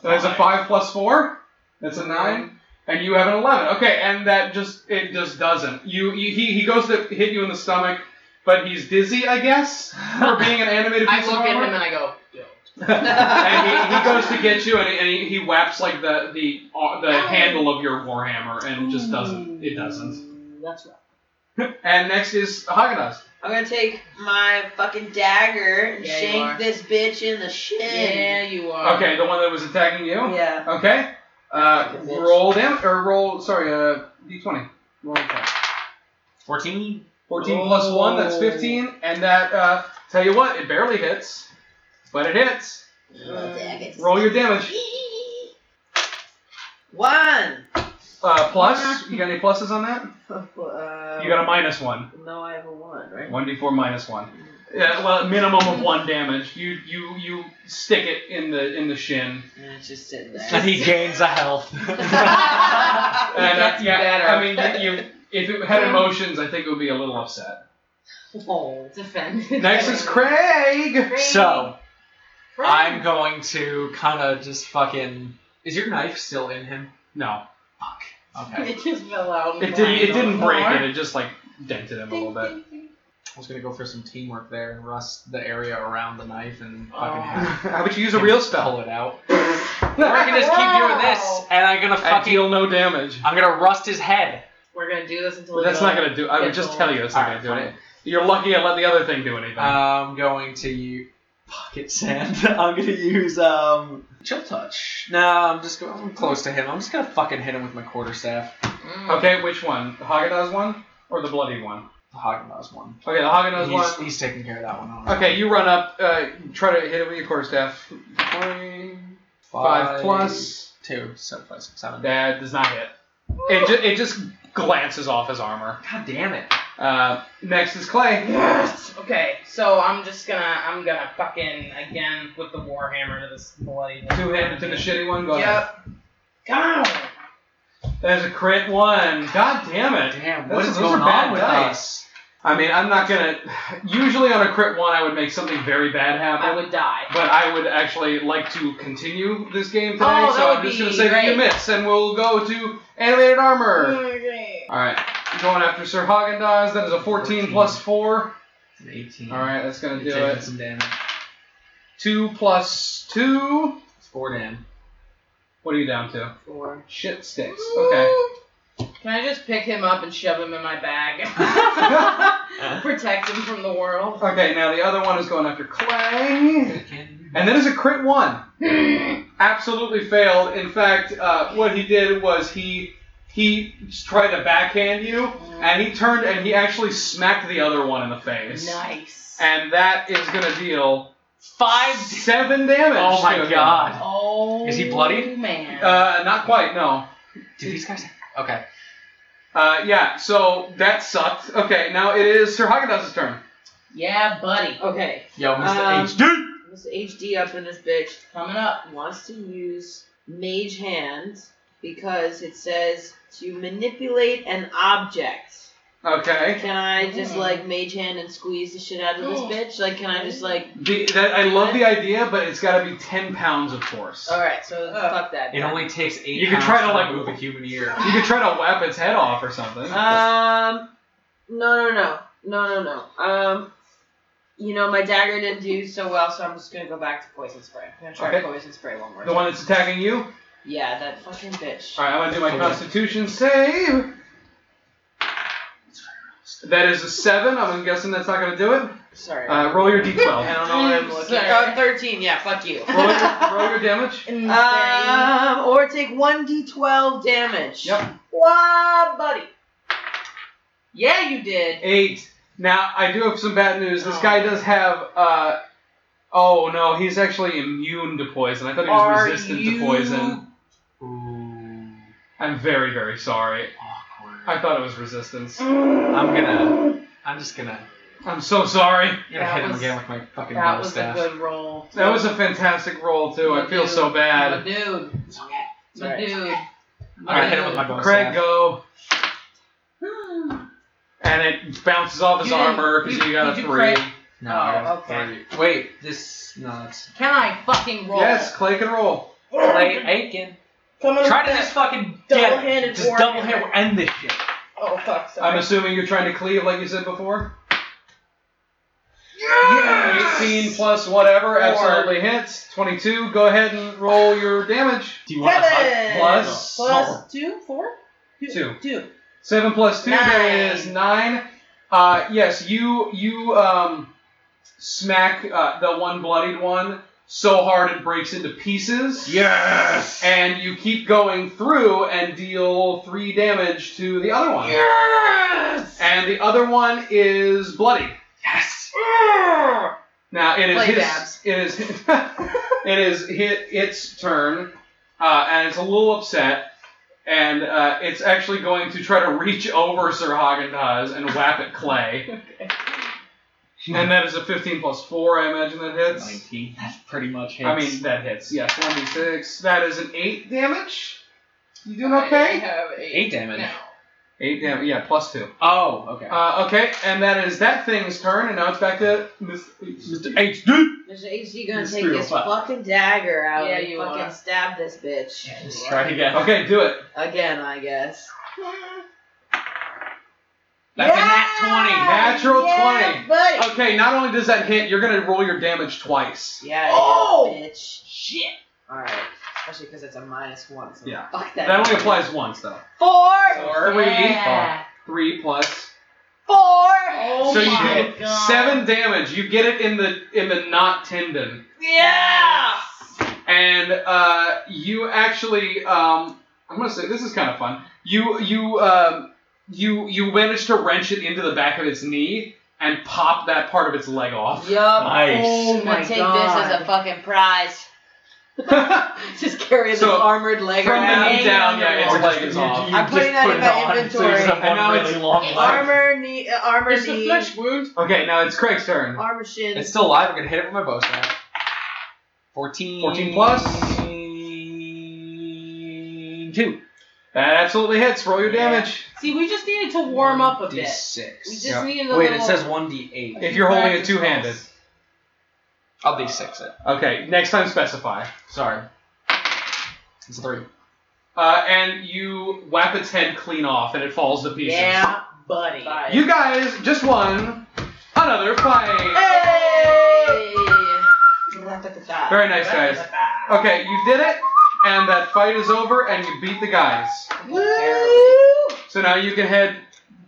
[SPEAKER 2] That's a five plus four. That's a nine, and you have an eleven. Okay, and that just it just doesn't. You, you he he goes to hit you in the stomach, but he's dizzy, I guess, for being an animated
[SPEAKER 4] I
[SPEAKER 2] piece of
[SPEAKER 4] look at
[SPEAKER 2] armor.
[SPEAKER 4] him and I go,
[SPEAKER 2] and he, he goes to get you, and, he, and he, he whaps like the the uh, the handle of your warhammer, and it just
[SPEAKER 7] Hmm.
[SPEAKER 2] doesn't. It doesn't.
[SPEAKER 4] That's right.
[SPEAKER 2] And next is Haagen-Dazs.
[SPEAKER 7] I'm gonna take my fucking dagger and
[SPEAKER 4] Yeah, you are.
[SPEAKER 7] shank this bitch in the shin.
[SPEAKER 4] Yeah, you are.
[SPEAKER 2] Okay, the one that was attacking you.
[SPEAKER 7] Yeah.
[SPEAKER 2] Okay. Uh, roll down or roll. Sorry, uh, d20. Roll attack.
[SPEAKER 3] 14.
[SPEAKER 2] 14 plus one. That's 15, and that. Uh, tell you what, it barely hits, but it hits.
[SPEAKER 7] Uh,
[SPEAKER 2] Roll your damage.
[SPEAKER 7] One.
[SPEAKER 2] Uh, plus. You got any pluses on that?
[SPEAKER 7] Uh,
[SPEAKER 2] You got a minus one.
[SPEAKER 7] No, I have a one, right?
[SPEAKER 2] One d4 minus one. Yeah, well, minimum of one damage. You you you stick it in the in the shin,
[SPEAKER 7] And it's just
[SPEAKER 3] And
[SPEAKER 7] sitting there.
[SPEAKER 3] he gains a health.
[SPEAKER 2] and
[SPEAKER 4] It
[SPEAKER 2] uh,
[SPEAKER 4] gets
[SPEAKER 2] yeah,
[SPEAKER 4] better.
[SPEAKER 2] I mean, you, you if it had emotions, I think it would be a little upset.
[SPEAKER 7] Oh.
[SPEAKER 4] It's offended.
[SPEAKER 2] Next is Craig.
[SPEAKER 3] so,
[SPEAKER 4] Craig.
[SPEAKER 3] I'm going to kind of just fucking. Is your knife still in him?
[SPEAKER 2] No,
[SPEAKER 3] Okay.
[SPEAKER 4] It just fell out. and
[SPEAKER 2] it didn't. It
[SPEAKER 4] landed on
[SPEAKER 2] didn't
[SPEAKER 4] the
[SPEAKER 2] break
[SPEAKER 4] floor.
[SPEAKER 2] it. It just like dented him a little bit.
[SPEAKER 3] I was gonna go for some teamwork there and rust the area around the knife and fucking
[SPEAKER 4] Oh.
[SPEAKER 3] have
[SPEAKER 2] How about you use a real
[SPEAKER 3] pull
[SPEAKER 2] spell?
[SPEAKER 3] it out. Or I can just keep doing this, and I'm gonna
[SPEAKER 2] I
[SPEAKER 3] fucking.
[SPEAKER 2] deal no damage.
[SPEAKER 3] I'm gonna rust his head.
[SPEAKER 4] We're gonna do this until.
[SPEAKER 2] But
[SPEAKER 4] we
[SPEAKER 2] that's
[SPEAKER 4] go.
[SPEAKER 2] not gonna do. I would just tell you that's not
[SPEAKER 3] Alright,
[SPEAKER 2] gonna do it. You're lucky I let the other thing do anything.
[SPEAKER 3] I'm going to use pocket sand. I'm gonna use um chill touch. No, I'm just going. I'm close to him. I'm just gonna fucking hit him with my quarterstaff.
[SPEAKER 4] Mm.
[SPEAKER 2] okay, which one? The Haagen-Dazs one or the bloody one?
[SPEAKER 3] The Haagen-Dazs one.
[SPEAKER 2] Okay, the Haagen-Dazs
[SPEAKER 3] He's,
[SPEAKER 2] one.
[SPEAKER 3] he's taking care of that one. alright.
[SPEAKER 2] Okay, you run up. Uh, try to hit it with your quarterstaff. Five, Five plus.
[SPEAKER 3] two, so five, six, seven.
[SPEAKER 2] That does not hit. It, ju- it just glances off his armor.
[SPEAKER 3] God damn it!
[SPEAKER 2] Uh, next is Clay.
[SPEAKER 4] Yes. Okay. So I'm just gonna I'm gonna fucking again with the warhammer to this bloody.
[SPEAKER 2] Two handed to the shitty one. Go ahead.
[SPEAKER 4] Yep. Come on.
[SPEAKER 2] There's a crit one. God damn it.
[SPEAKER 3] Damn,
[SPEAKER 2] Those-
[SPEAKER 3] what is
[SPEAKER 2] those are
[SPEAKER 3] going
[SPEAKER 2] bad
[SPEAKER 3] on with
[SPEAKER 2] dice.
[SPEAKER 3] us?
[SPEAKER 2] I mean, I'm not gonna. Usually on a crit one, I would make something very bad
[SPEAKER 4] I
[SPEAKER 2] happen.
[SPEAKER 4] would die.
[SPEAKER 2] But I would actually like to continue this game today,
[SPEAKER 4] Oh, that
[SPEAKER 2] so I'm
[SPEAKER 4] would
[SPEAKER 2] just
[SPEAKER 4] be
[SPEAKER 2] gonna say that you
[SPEAKER 4] great.
[SPEAKER 2] miss, and we'll go to animated armor.
[SPEAKER 4] Okay.
[SPEAKER 2] All right, going after Sir Hagen Dazs. That is a 14,
[SPEAKER 3] 14.
[SPEAKER 2] plus four.
[SPEAKER 3] It's an eighteen.
[SPEAKER 2] All right, that's gonna do
[SPEAKER 3] You're taking
[SPEAKER 2] it.
[SPEAKER 3] some damage.
[SPEAKER 2] Two plus two.
[SPEAKER 3] It's four damn.
[SPEAKER 2] What are you down to?
[SPEAKER 4] Four.
[SPEAKER 2] Shit sticks. Okay.
[SPEAKER 4] Can I just pick him up and shove him in my bag? Protect him from the world.
[SPEAKER 2] Okay, now the other one is going after Clay,
[SPEAKER 3] Can-
[SPEAKER 2] and that is a crit one. absolutely failed. In fact, uh, what he did was he he tried to backhand you, and he turned and he actually smacked the other one in the face.
[SPEAKER 4] nice.
[SPEAKER 2] And that is gonna deal
[SPEAKER 3] Five.
[SPEAKER 2] seven damage.
[SPEAKER 3] Oh my
[SPEAKER 2] to him.
[SPEAKER 3] god.
[SPEAKER 4] Oh.
[SPEAKER 3] Is he bloodied?
[SPEAKER 4] Man.
[SPEAKER 2] Uh, not quite. No.
[SPEAKER 3] Dude, these guys. Okay.
[SPEAKER 2] Uh, yeah. So that sucked. Okay, now it is Sir Haagen-Dazs' turn.
[SPEAKER 4] yeah, buddy.
[SPEAKER 7] Okay.
[SPEAKER 3] Yo,
[SPEAKER 7] Um,
[SPEAKER 3] Mr. HD.
[SPEAKER 7] This HD up in this bitch
[SPEAKER 4] Coming up.
[SPEAKER 7] wants to use Mage Hand because it says to manipulate an object.
[SPEAKER 2] Okay.
[SPEAKER 7] Can I just
[SPEAKER 4] Mm.
[SPEAKER 7] like Mage Hand and squeeze the shit out of this
[SPEAKER 4] Mm.
[SPEAKER 7] bitch? Like, can I just like?
[SPEAKER 2] The, that, I love the idea, but it's got to be ten pounds of force.
[SPEAKER 7] All right, so
[SPEAKER 4] Uh,
[SPEAKER 7] fuck that.
[SPEAKER 3] It only takes eight.
[SPEAKER 2] You can try
[SPEAKER 3] pounds
[SPEAKER 2] to, like,
[SPEAKER 3] remove a human ear.
[SPEAKER 2] You could try to whap its head off or something.
[SPEAKER 7] Um, no, no, no, no, no, no. Um, you know my dagger didn't do so well, so I'm just gonna go back to poison spray. I'm gonna try
[SPEAKER 2] Okay.
[SPEAKER 7] poison spray one more
[SPEAKER 2] the
[SPEAKER 7] time.
[SPEAKER 2] one that's attacking you.
[SPEAKER 7] Yeah, that fucking bitch.
[SPEAKER 2] All right, I'm gonna do my
[SPEAKER 3] Okay.
[SPEAKER 2] Constitution save. That is a seven. I'm guessing that's not gonna do it.
[SPEAKER 7] Sorry.
[SPEAKER 2] Uh, roll your
[SPEAKER 7] I
[SPEAKER 2] d12.
[SPEAKER 7] don't know what I'm looking
[SPEAKER 4] Sorry.
[SPEAKER 7] at. Oh, 13, yeah, fuck you.
[SPEAKER 2] roll, your, roll your damage.
[SPEAKER 4] Uh,
[SPEAKER 7] Um, or take 1d12 damage.
[SPEAKER 2] Yep.
[SPEAKER 7] Wow, buddy.
[SPEAKER 4] yeah, you did.
[SPEAKER 2] Eight. Now I do have some bad news. This guy
[SPEAKER 4] Oh.
[SPEAKER 2] does have. Uh, oh no, he's actually immune to poison. I thought he was
[SPEAKER 4] Are
[SPEAKER 2] resistant
[SPEAKER 4] you-
[SPEAKER 2] to poison.
[SPEAKER 3] Ooh,
[SPEAKER 2] I'm very very sorry.
[SPEAKER 3] awkward.
[SPEAKER 2] I thought it was resistance.
[SPEAKER 3] I'm gonna. I'm just gonna.
[SPEAKER 2] I'm so sorry.
[SPEAKER 3] I'm gonna
[SPEAKER 4] That
[SPEAKER 3] hit him
[SPEAKER 4] was-
[SPEAKER 3] again with my fucking
[SPEAKER 4] That
[SPEAKER 3] bow
[SPEAKER 4] was
[SPEAKER 3] staff.
[SPEAKER 4] a good roll.
[SPEAKER 2] That was a fantastic roll too. I feel so
[SPEAKER 4] My
[SPEAKER 2] bad.
[SPEAKER 4] dude.
[SPEAKER 3] It's okay.
[SPEAKER 7] It's
[SPEAKER 4] My
[SPEAKER 7] alright.
[SPEAKER 4] dude.
[SPEAKER 3] I'm gonna hit him with my bow staff.
[SPEAKER 2] Craig, go. And it bounces off his
[SPEAKER 4] You didn't-
[SPEAKER 2] armor because
[SPEAKER 4] you-
[SPEAKER 2] you got a
[SPEAKER 4] you
[SPEAKER 2] three.
[SPEAKER 4] crit.
[SPEAKER 3] No,
[SPEAKER 4] Oh,
[SPEAKER 3] I got
[SPEAKER 4] okay.
[SPEAKER 3] three. Wait, this. No, it's.
[SPEAKER 4] Can I fucking roll?
[SPEAKER 2] Yes, Clay can roll.
[SPEAKER 3] Clay Aiken.
[SPEAKER 7] Coming
[SPEAKER 3] Try to just fucking get it.
[SPEAKER 7] Double-handed
[SPEAKER 3] Just
[SPEAKER 7] warhammer.
[SPEAKER 3] double hit. End this shit.
[SPEAKER 7] Oh, fuck,
[SPEAKER 2] I'm assuming you're trying to cleave, like you said before. Yes! 18 plus whatever
[SPEAKER 4] Four.
[SPEAKER 2] absolutely hits. 22. Go ahead and roll your damage.
[SPEAKER 3] Do you want
[SPEAKER 4] Seven.
[SPEAKER 3] to
[SPEAKER 2] Plus-
[SPEAKER 4] Plus two, four?
[SPEAKER 2] Two.
[SPEAKER 4] Two.
[SPEAKER 2] 7 plus 2
[SPEAKER 4] Nine.
[SPEAKER 2] that is 9. Uh, yes, you you um, smack uh, the one bloodied one so hard it breaks into pieces.
[SPEAKER 3] Yes.
[SPEAKER 2] And you keep going through and deal 3 damage to the other one.
[SPEAKER 4] Yes!
[SPEAKER 2] And the other one is bloody.
[SPEAKER 3] Yes.
[SPEAKER 2] Now it is
[SPEAKER 4] Play
[SPEAKER 2] his.
[SPEAKER 4] dabs.
[SPEAKER 2] It is. it is hit its turn, uh, and it's a little upset, and uh, it's actually going to try to reach over Sir Haagen-Dazs and whap at Clay. And that is a 15 plus four. I imagine that hits.
[SPEAKER 3] Nineteen. That's pretty much hits.
[SPEAKER 2] I mean that hits. Yes, 1d6. That is an eight damage. You doing
[SPEAKER 4] I
[SPEAKER 2] okay?
[SPEAKER 4] have eight.
[SPEAKER 3] eight damage.
[SPEAKER 4] now.
[SPEAKER 2] Eight damage. Yeah, plus two.
[SPEAKER 3] Oh, okay.
[SPEAKER 2] Uh, okay, and that is that thing's turn, and now it's back to Miss.
[SPEAKER 3] Mr. H, dude.
[SPEAKER 7] Mr. HD gonna
[SPEAKER 3] It's
[SPEAKER 7] take
[SPEAKER 3] three or
[SPEAKER 7] his
[SPEAKER 3] five.
[SPEAKER 7] fucking dagger out
[SPEAKER 4] Yeah,
[SPEAKER 7] and
[SPEAKER 4] you
[SPEAKER 7] fucking
[SPEAKER 4] wanna.
[SPEAKER 7] stab this bitch.
[SPEAKER 3] Let's try it again.
[SPEAKER 2] Okay, do it.
[SPEAKER 7] Again, I guess.
[SPEAKER 3] That's a
[SPEAKER 7] Yeah!
[SPEAKER 3] nat
[SPEAKER 2] Natural
[SPEAKER 7] Yeah,
[SPEAKER 2] 20.
[SPEAKER 7] Buddy.
[SPEAKER 2] Okay, not only does that hit, you're gonna roll your damage twice.
[SPEAKER 7] Yeah, you
[SPEAKER 4] Oh!
[SPEAKER 7] bitch.
[SPEAKER 4] Shit.
[SPEAKER 7] Alright. Especially because it's a minus one, so
[SPEAKER 2] Yeah.
[SPEAKER 7] fuck that.
[SPEAKER 2] That only applies once though.
[SPEAKER 7] Four!
[SPEAKER 2] Four. Three.
[SPEAKER 4] Yeah.
[SPEAKER 2] Three plus.
[SPEAKER 7] Four!
[SPEAKER 4] Oh
[SPEAKER 2] so you
[SPEAKER 4] my
[SPEAKER 2] get
[SPEAKER 4] god.
[SPEAKER 2] seven damage. You get it in the in the knot tendon,
[SPEAKER 4] Yeah!
[SPEAKER 2] and uh, you actually um, I'm gonna say this is kind of fun. You you um, you you manage to wrench it into the back of its knee and pop that part of its leg off.
[SPEAKER 7] Yup.
[SPEAKER 3] Nice.
[SPEAKER 7] Oh my
[SPEAKER 4] I take
[SPEAKER 7] god.
[SPEAKER 4] this as a fucking prize.
[SPEAKER 7] Just carry this
[SPEAKER 2] So,
[SPEAKER 7] armored leg
[SPEAKER 2] from the
[SPEAKER 7] around.
[SPEAKER 2] knee down, yeah,
[SPEAKER 3] Or
[SPEAKER 2] its
[SPEAKER 3] just-
[SPEAKER 2] leg is
[SPEAKER 3] you-
[SPEAKER 2] off.
[SPEAKER 3] you
[SPEAKER 7] I'm
[SPEAKER 3] just
[SPEAKER 7] putting that
[SPEAKER 3] put
[SPEAKER 7] in
[SPEAKER 3] it
[SPEAKER 7] my
[SPEAKER 3] on,
[SPEAKER 7] inventory.
[SPEAKER 3] So you just have
[SPEAKER 2] I know
[SPEAKER 3] one
[SPEAKER 2] it's-
[SPEAKER 3] really long
[SPEAKER 7] It's
[SPEAKER 3] leg.
[SPEAKER 7] armor knee, uh, armor knee,
[SPEAKER 4] wound.
[SPEAKER 2] Okay, now it's Craig's turn.
[SPEAKER 7] armor shin.
[SPEAKER 3] It's still alive. We're gonna hit it with my bow staff. Fourteen.
[SPEAKER 2] 14 plus.
[SPEAKER 3] Two.
[SPEAKER 2] That absolutely hits. Roll your damage.
[SPEAKER 4] See, we just needed to warm up a bit.
[SPEAKER 3] D6.
[SPEAKER 4] We just
[SPEAKER 2] Yeah.
[SPEAKER 4] needed a
[SPEAKER 3] Wait,
[SPEAKER 4] little.
[SPEAKER 3] it says one D8.
[SPEAKER 2] If you're holding it
[SPEAKER 4] Practice
[SPEAKER 2] two-handed.
[SPEAKER 4] rolls.
[SPEAKER 3] I'll D6 it.
[SPEAKER 2] Okay, next time specify.
[SPEAKER 3] Sorry. It's a three.
[SPEAKER 2] Uh, and you whap its head clean off, and it falls to pieces.
[SPEAKER 4] Yeah, buddy.
[SPEAKER 2] You guys just won another fight.
[SPEAKER 4] Hey!
[SPEAKER 2] Very nice, guys. Okay, you did it, and that fight is over, and you beat the guys. So now you can head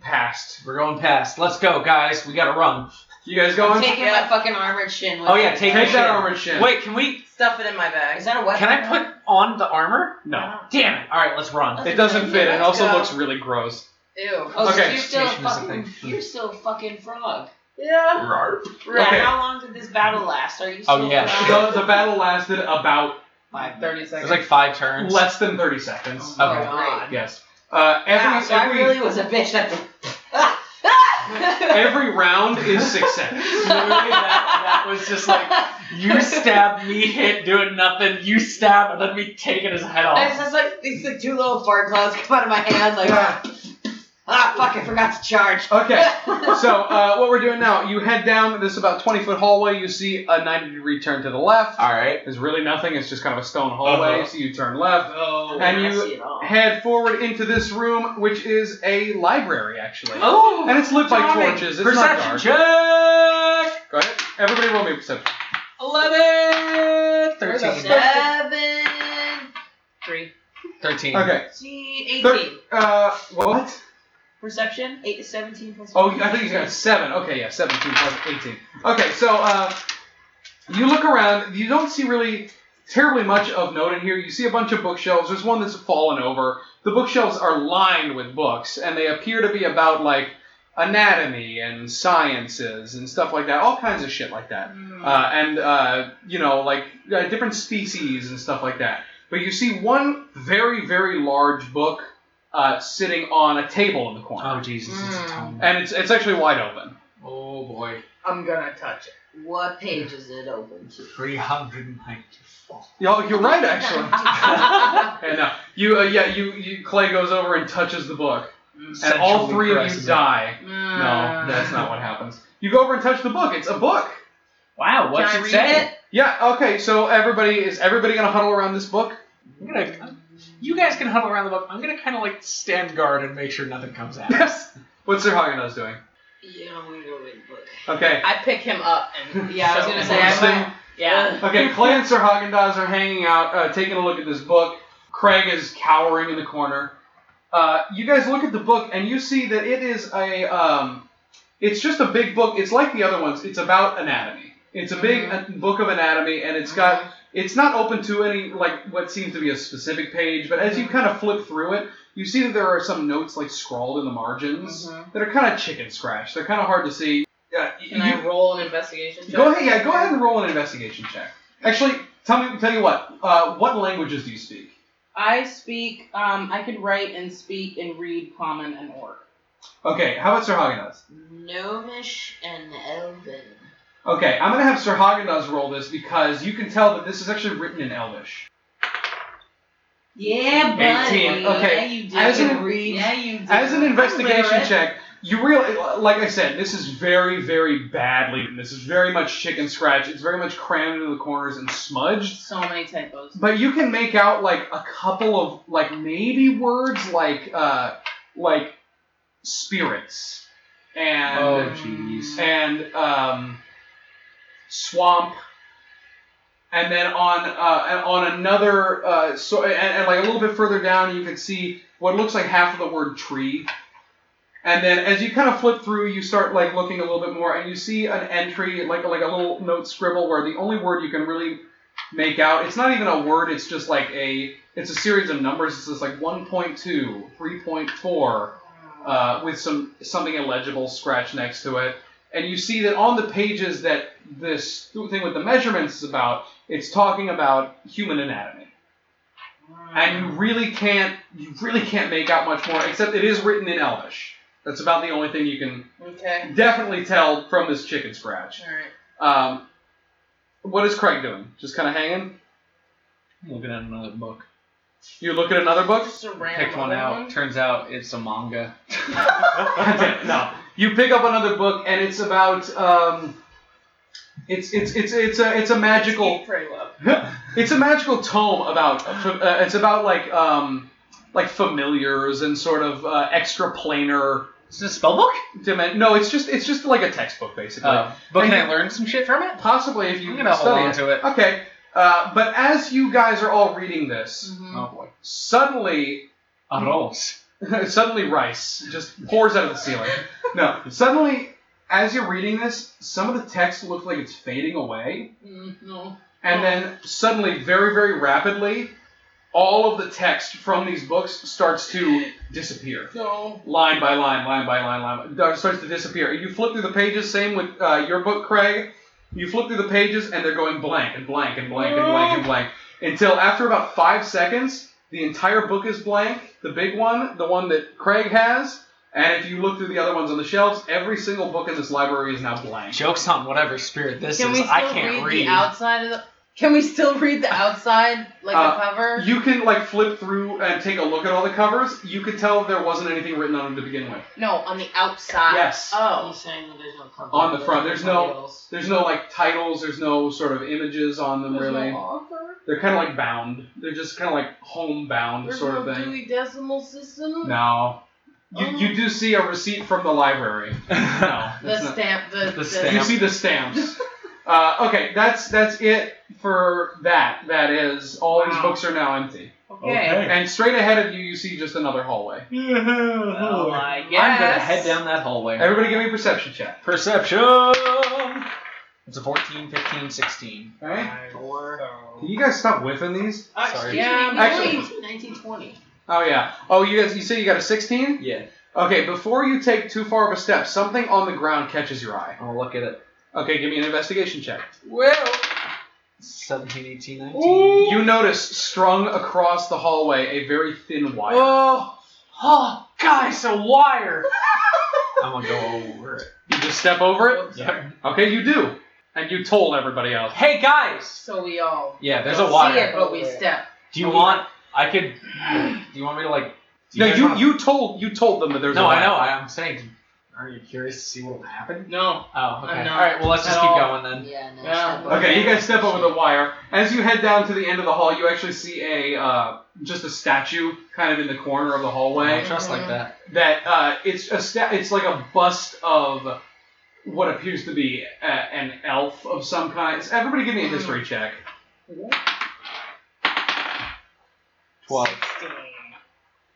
[SPEAKER 2] past.
[SPEAKER 3] We're going past. Let's go, guys. We gotta run.
[SPEAKER 2] You guys
[SPEAKER 4] I'm
[SPEAKER 2] going?
[SPEAKER 4] taking my fucking armored shin. with
[SPEAKER 3] Oh yeah,
[SPEAKER 4] me.
[SPEAKER 3] take,
[SPEAKER 2] Take
[SPEAKER 3] the
[SPEAKER 2] that
[SPEAKER 3] shit.
[SPEAKER 2] armored shin.
[SPEAKER 3] Wait, can we?
[SPEAKER 4] Stuff it in my bag.
[SPEAKER 7] Is that a weapon?
[SPEAKER 3] Can I put on the armor?
[SPEAKER 2] No,
[SPEAKER 3] Damn it! All right, let's run.
[SPEAKER 2] it doesn't fit, and also
[SPEAKER 4] Let's go.
[SPEAKER 2] looks really gross.
[SPEAKER 4] Ew.
[SPEAKER 7] Oh,
[SPEAKER 2] so Okay.
[SPEAKER 4] you're still a
[SPEAKER 3] Station is a
[SPEAKER 4] fucking.
[SPEAKER 3] thing.
[SPEAKER 4] You're still a fucking frog.
[SPEAKER 7] Yeah.
[SPEAKER 4] Right.
[SPEAKER 2] Okay.
[SPEAKER 4] How long did this battle last? Are you still?
[SPEAKER 3] Oh, yeah.
[SPEAKER 2] The, the battle lasted about
[SPEAKER 4] Like thirty
[SPEAKER 3] It
[SPEAKER 4] seconds.
[SPEAKER 3] was like five turns.
[SPEAKER 2] less than 30 seconds.
[SPEAKER 4] Oh,
[SPEAKER 3] Okay.
[SPEAKER 4] great.
[SPEAKER 2] Yes. Uh, every
[SPEAKER 7] Wow, so I
[SPEAKER 2] every,
[SPEAKER 7] really was a bitch. That ah, ah!
[SPEAKER 2] every round is six seconds.
[SPEAKER 3] Literally, that, that was just like you stab me, hit, doing nothing. You stab, and then me taking his head
[SPEAKER 7] I was
[SPEAKER 3] off.
[SPEAKER 7] just like these like two little fart clouds come out of my hand. Like
[SPEAKER 2] Yeah.
[SPEAKER 7] ah, fuck, I forgot to charge.
[SPEAKER 2] Okay. So uh, what we're doing now, you head down this about 20 foot hallway. You see a 90 degree turn to the left.
[SPEAKER 3] All right.
[SPEAKER 2] There's really nothing. It's just kind of a stone hallway.
[SPEAKER 3] Uh-huh.
[SPEAKER 2] So you turn left,
[SPEAKER 7] Oh,
[SPEAKER 2] And
[SPEAKER 7] I
[SPEAKER 2] you-
[SPEAKER 7] see it all.
[SPEAKER 2] head forward into this room, which is a library actually,
[SPEAKER 3] Oh.
[SPEAKER 2] and it's lit by
[SPEAKER 3] Tommy,
[SPEAKER 2] torches. It's
[SPEAKER 3] perception
[SPEAKER 2] not dark.
[SPEAKER 3] check.
[SPEAKER 2] Go ahead. Everybody roll me a perception.
[SPEAKER 3] Eleven.
[SPEAKER 4] Where's
[SPEAKER 3] Thirteen.
[SPEAKER 4] that?
[SPEAKER 7] Seven,
[SPEAKER 4] three.
[SPEAKER 3] Thirteen.
[SPEAKER 2] Okay.
[SPEAKER 7] eighteen,
[SPEAKER 2] Thir-
[SPEAKER 7] eighteen.
[SPEAKER 2] uh, what?
[SPEAKER 7] Perception eight to seventeen plus.
[SPEAKER 2] Oh,
[SPEAKER 7] one.
[SPEAKER 2] I think he's got seven. Okay, yeah, 17 plus 18. Okay, so uh, you look around. You don't see really terribly much of note in here. You see a bunch of bookshelves. There's one that's fallen over. The bookshelves are lined with books, and they appear to be about like anatomy and sciences and stuff like that. All kinds of shit like that. Uh, and uh, you know, like uh, different species and stuff like that. But you see one very, very large book uh, sitting on a table in the corner
[SPEAKER 3] Oh Jesus! It's a
[SPEAKER 4] Hmm.
[SPEAKER 3] tongue.
[SPEAKER 2] and it's it's actually wide open.
[SPEAKER 3] Oh boy.
[SPEAKER 4] I'm gonna touch it.
[SPEAKER 7] What page is it open to?
[SPEAKER 3] Three hundred and ninety-four.
[SPEAKER 2] Yo, you're right, actually. and no, you uh, yeah you, you Clay goes over and touches the book, and
[SPEAKER 3] Sexually
[SPEAKER 2] all three of you
[SPEAKER 3] caresses it.
[SPEAKER 2] die.
[SPEAKER 4] Mm.
[SPEAKER 7] Uh.
[SPEAKER 2] No, that's not what happens. You go over and touch the book. It's a book.
[SPEAKER 3] Wow. What's
[SPEAKER 4] Can I
[SPEAKER 3] it
[SPEAKER 4] read
[SPEAKER 3] say?
[SPEAKER 4] it?
[SPEAKER 2] Yeah. Okay. So everybody is everybody gonna huddle around this book?
[SPEAKER 3] I'm gonna. You guys can huddle around the book. I'm gonna kind of like stand guard and make sure nothing comes at us.
[SPEAKER 2] Yes. What's Sir Haagen-Dazs doing?
[SPEAKER 7] Yeah, we go read the book.
[SPEAKER 2] Okay.
[SPEAKER 4] I pick him up and
[SPEAKER 7] Yeah, I was
[SPEAKER 4] shove
[SPEAKER 7] gonna
[SPEAKER 4] him.
[SPEAKER 7] say I
[SPEAKER 2] Listen.
[SPEAKER 7] might. Yeah.
[SPEAKER 2] Okay, Clay and Sir Haagen Dazs are hanging out, uh, taking a look at this book. Craig is cowering in the corner. Uh, you guys look at the book and you see that it is a, um, it's just a big book. It's like the other ones. It's about anatomy. It's a big
[SPEAKER 4] Mm-hmm.
[SPEAKER 2] uh, book of anatomy, and it's got. It's not open to any like what seems to be a specific page, but
[SPEAKER 4] Mm-hmm.
[SPEAKER 2] as you kind of flip through it, you see that there are some notes like scrawled in the margins that are kind of chicken scratch. They're kind of hard to see. Uh, y-
[SPEAKER 4] Mm-hmm. Can
[SPEAKER 2] you-
[SPEAKER 4] I roll an investigation check?
[SPEAKER 2] Go ahead, yeah, go ahead and roll an investigation check. Actually, tell me, tell you what, uh, what languages do you speak?
[SPEAKER 4] I speak. Um, I could write and speak and read Common and Orc.
[SPEAKER 2] Okay, how about Sir Haagen-Dazs?
[SPEAKER 7] Gnomish and Elven.
[SPEAKER 2] Okay, I'm gonna have Sir Haagen-Dazs roll this because you can tell that this is actually written in Elvish.
[SPEAKER 4] Yeah, buddy.
[SPEAKER 2] 18, okay.
[SPEAKER 4] Yeah, you did.
[SPEAKER 2] As an-
[SPEAKER 7] Read.
[SPEAKER 4] yeah, you did.
[SPEAKER 2] As an investigation
[SPEAKER 4] Literate.
[SPEAKER 2] check, you really, like I said, this is very, very badly written. This is very much chicken scratch. It's very much crammed into the corners and smudged.
[SPEAKER 4] So many typos.
[SPEAKER 2] But you can make out like a couple of like maybe words like uh like spirits and
[SPEAKER 3] jeez.
[SPEAKER 2] and um, swamp, and then on uh, and on another uh, so and, and like a little bit further down, you can see what looks like half of the word tree, and then as you kind of flip through, you start like looking a little bit more, and you see an entry like like a little note scribble where the only word you can really make out it's not even a word it's just like a it's a series of numbers it's just like 1.2 3.4 uh, with some something illegible scratched next to it. And you see that on the pages that this thing with the measurements is about, it's talking about human anatomy. And you really can't you really can't make out much more, except it is written in Elvish. That's about the only thing you can
[SPEAKER 4] Okay.
[SPEAKER 2] definitely tell from this chicken scratch.
[SPEAKER 4] All right.
[SPEAKER 2] Um, what is Craig doing? Just kind of hanging?
[SPEAKER 3] I'm looking at another book.
[SPEAKER 2] You look at another book?
[SPEAKER 4] Just a random
[SPEAKER 3] Picked one
[SPEAKER 4] other
[SPEAKER 3] out.
[SPEAKER 4] one?
[SPEAKER 3] Turns out it's a manga.
[SPEAKER 2] no, you pick up another book and it's about um, it's it's it's it's a it's a magical
[SPEAKER 4] Speak pretty low.
[SPEAKER 2] it's a magical tome about uh, it's about like um like familiars and sort of uh, extra planar
[SPEAKER 3] Is this a spell book? Uh,
[SPEAKER 2] dimension. No, it's just it's just like a textbook basically.
[SPEAKER 3] but
[SPEAKER 2] And
[SPEAKER 3] can I
[SPEAKER 2] you-
[SPEAKER 3] learn some shit from it?
[SPEAKER 2] Possibly if you
[SPEAKER 3] Oh. I'm gonna hold
[SPEAKER 2] study
[SPEAKER 3] on
[SPEAKER 2] it.
[SPEAKER 3] to it.
[SPEAKER 2] Okay, uh, but as you guys are all reading this,
[SPEAKER 4] Mhm.
[SPEAKER 3] Oh boy.
[SPEAKER 2] suddenly
[SPEAKER 3] Arroz.
[SPEAKER 2] suddenly rice just pours out of the ceiling. No, suddenly as you're reading this, some of the text looks like it's fading away,
[SPEAKER 4] Mm, no.
[SPEAKER 2] and then suddenly, very very rapidly, all of the text from these books starts to disappear.
[SPEAKER 4] No.
[SPEAKER 2] Line by line, line by line, line by, uh, starts to disappear. And you flip through the pages, same with uh, your book, Craig. You flip through the pages, and they're going blank and blank and blank and blank and blank until after about five seconds, the entire book is blank. The big one, the one that Craig has, and if you look through the other ones on the shelves, every single book in this library is now blank.
[SPEAKER 3] Jokes on whatever spirit this
[SPEAKER 4] Can
[SPEAKER 3] is.
[SPEAKER 4] we still
[SPEAKER 3] I can't
[SPEAKER 4] read, the outside of the? Can we still read the outside, like
[SPEAKER 2] Uh,
[SPEAKER 4] the cover?
[SPEAKER 2] You can like flip through and take a look at all the covers. You could tell there wasn't anything written on them to begin with.
[SPEAKER 4] no, on the outside.
[SPEAKER 2] Yes.
[SPEAKER 4] Oh.
[SPEAKER 7] saying that there's no cover.
[SPEAKER 2] On the front, there's no- There's no like titles. There's no sort of images on them really. They're kind of like bound. They're just kind of like homebound
[SPEAKER 4] There's
[SPEAKER 2] sort
[SPEAKER 4] no
[SPEAKER 2] of thing.
[SPEAKER 4] Dewey Decimal System.
[SPEAKER 2] No. You, you do see a receipt from the library.
[SPEAKER 3] read.
[SPEAKER 2] No.
[SPEAKER 4] The
[SPEAKER 2] that's not-
[SPEAKER 4] stamp. The,
[SPEAKER 3] The stamp.
[SPEAKER 2] You see the stamps. uh, okay, that's that's it for that. That is all these books are now empty.
[SPEAKER 4] Okay.
[SPEAKER 2] And straight ahead of you, you see just another hallway.
[SPEAKER 4] Oh my yes.
[SPEAKER 3] I'm gonna head down that hallway.
[SPEAKER 2] Everybody, give me a perception check.
[SPEAKER 3] Perception! It's a 14, 15, 16.
[SPEAKER 2] Okay.
[SPEAKER 6] Four.
[SPEAKER 2] Can you guys stop whiffing these?
[SPEAKER 3] Sorry.
[SPEAKER 4] Uh, Yeah, I'm
[SPEAKER 2] Actually-
[SPEAKER 4] going- 1920.
[SPEAKER 2] Oh yeah. Oh, you guys. You say you got a sixteen.
[SPEAKER 3] Yeah.
[SPEAKER 2] Okay. Before you take too far of a step, something on the ground catches your eye.
[SPEAKER 3] I'll look at it.
[SPEAKER 2] Okay, give me an investigation check.
[SPEAKER 3] Well. 17, 18, 19.
[SPEAKER 2] You notice strung across the hallway a very thin wire.
[SPEAKER 3] Oh, oh, guys, a wire. I'm gonna go over it.
[SPEAKER 2] You just step over it.
[SPEAKER 3] Yeah.
[SPEAKER 2] Okay, you do. And you told everybody else.
[SPEAKER 3] Hey, guys.
[SPEAKER 4] So we all
[SPEAKER 3] Yeah, there's a
[SPEAKER 4] don't see
[SPEAKER 3] wire.
[SPEAKER 4] it, but we step.
[SPEAKER 3] Do you want? I could. Do you want me to like? do
[SPEAKER 2] no,
[SPEAKER 3] guys
[SPEAKER 2] you
[SPEAKER 3] wanna-
[SPEAKER 2] you told you told them that there's a
[SPEAKER 3] No,
[SPEAKER 2] wire.
[SPEAKER 3] I know. I- I'm saying. Are you curious to see what will happen?
[SPEAKER 2] No.
[SPEAKER 3] Oh, okay.
[SPEAKER 4] I'm not
[SPEAKER 3] All right. Well, let's just
[SPEAKER 4] at
[SPEAKER 3] keep
[SPEAKER 4] all.
[SPEAKER 3] going then.
[SPEAKER 7] Yeah, no.
[SPEAKER 4] Yeah.
[SPEAKER 7] step
[SPEAKER 2] Okay, you
[SPEAKER 7] over.
[SPEAKER 2] guys step over the wire. As you head down to the end of the hall, you actually see a uh, just a statue kind of in the corner of the
[SPEAKER 3] I
[SPEAKER 2] hallway.
[SPEAKER 3] don't trust like that.
[SPEAKER 2] That uh, it's a sta- it's like a bust of what appears to be a- an elf of some kind. Everybody, give me a history check.
[SPEAKER 3] Twelve.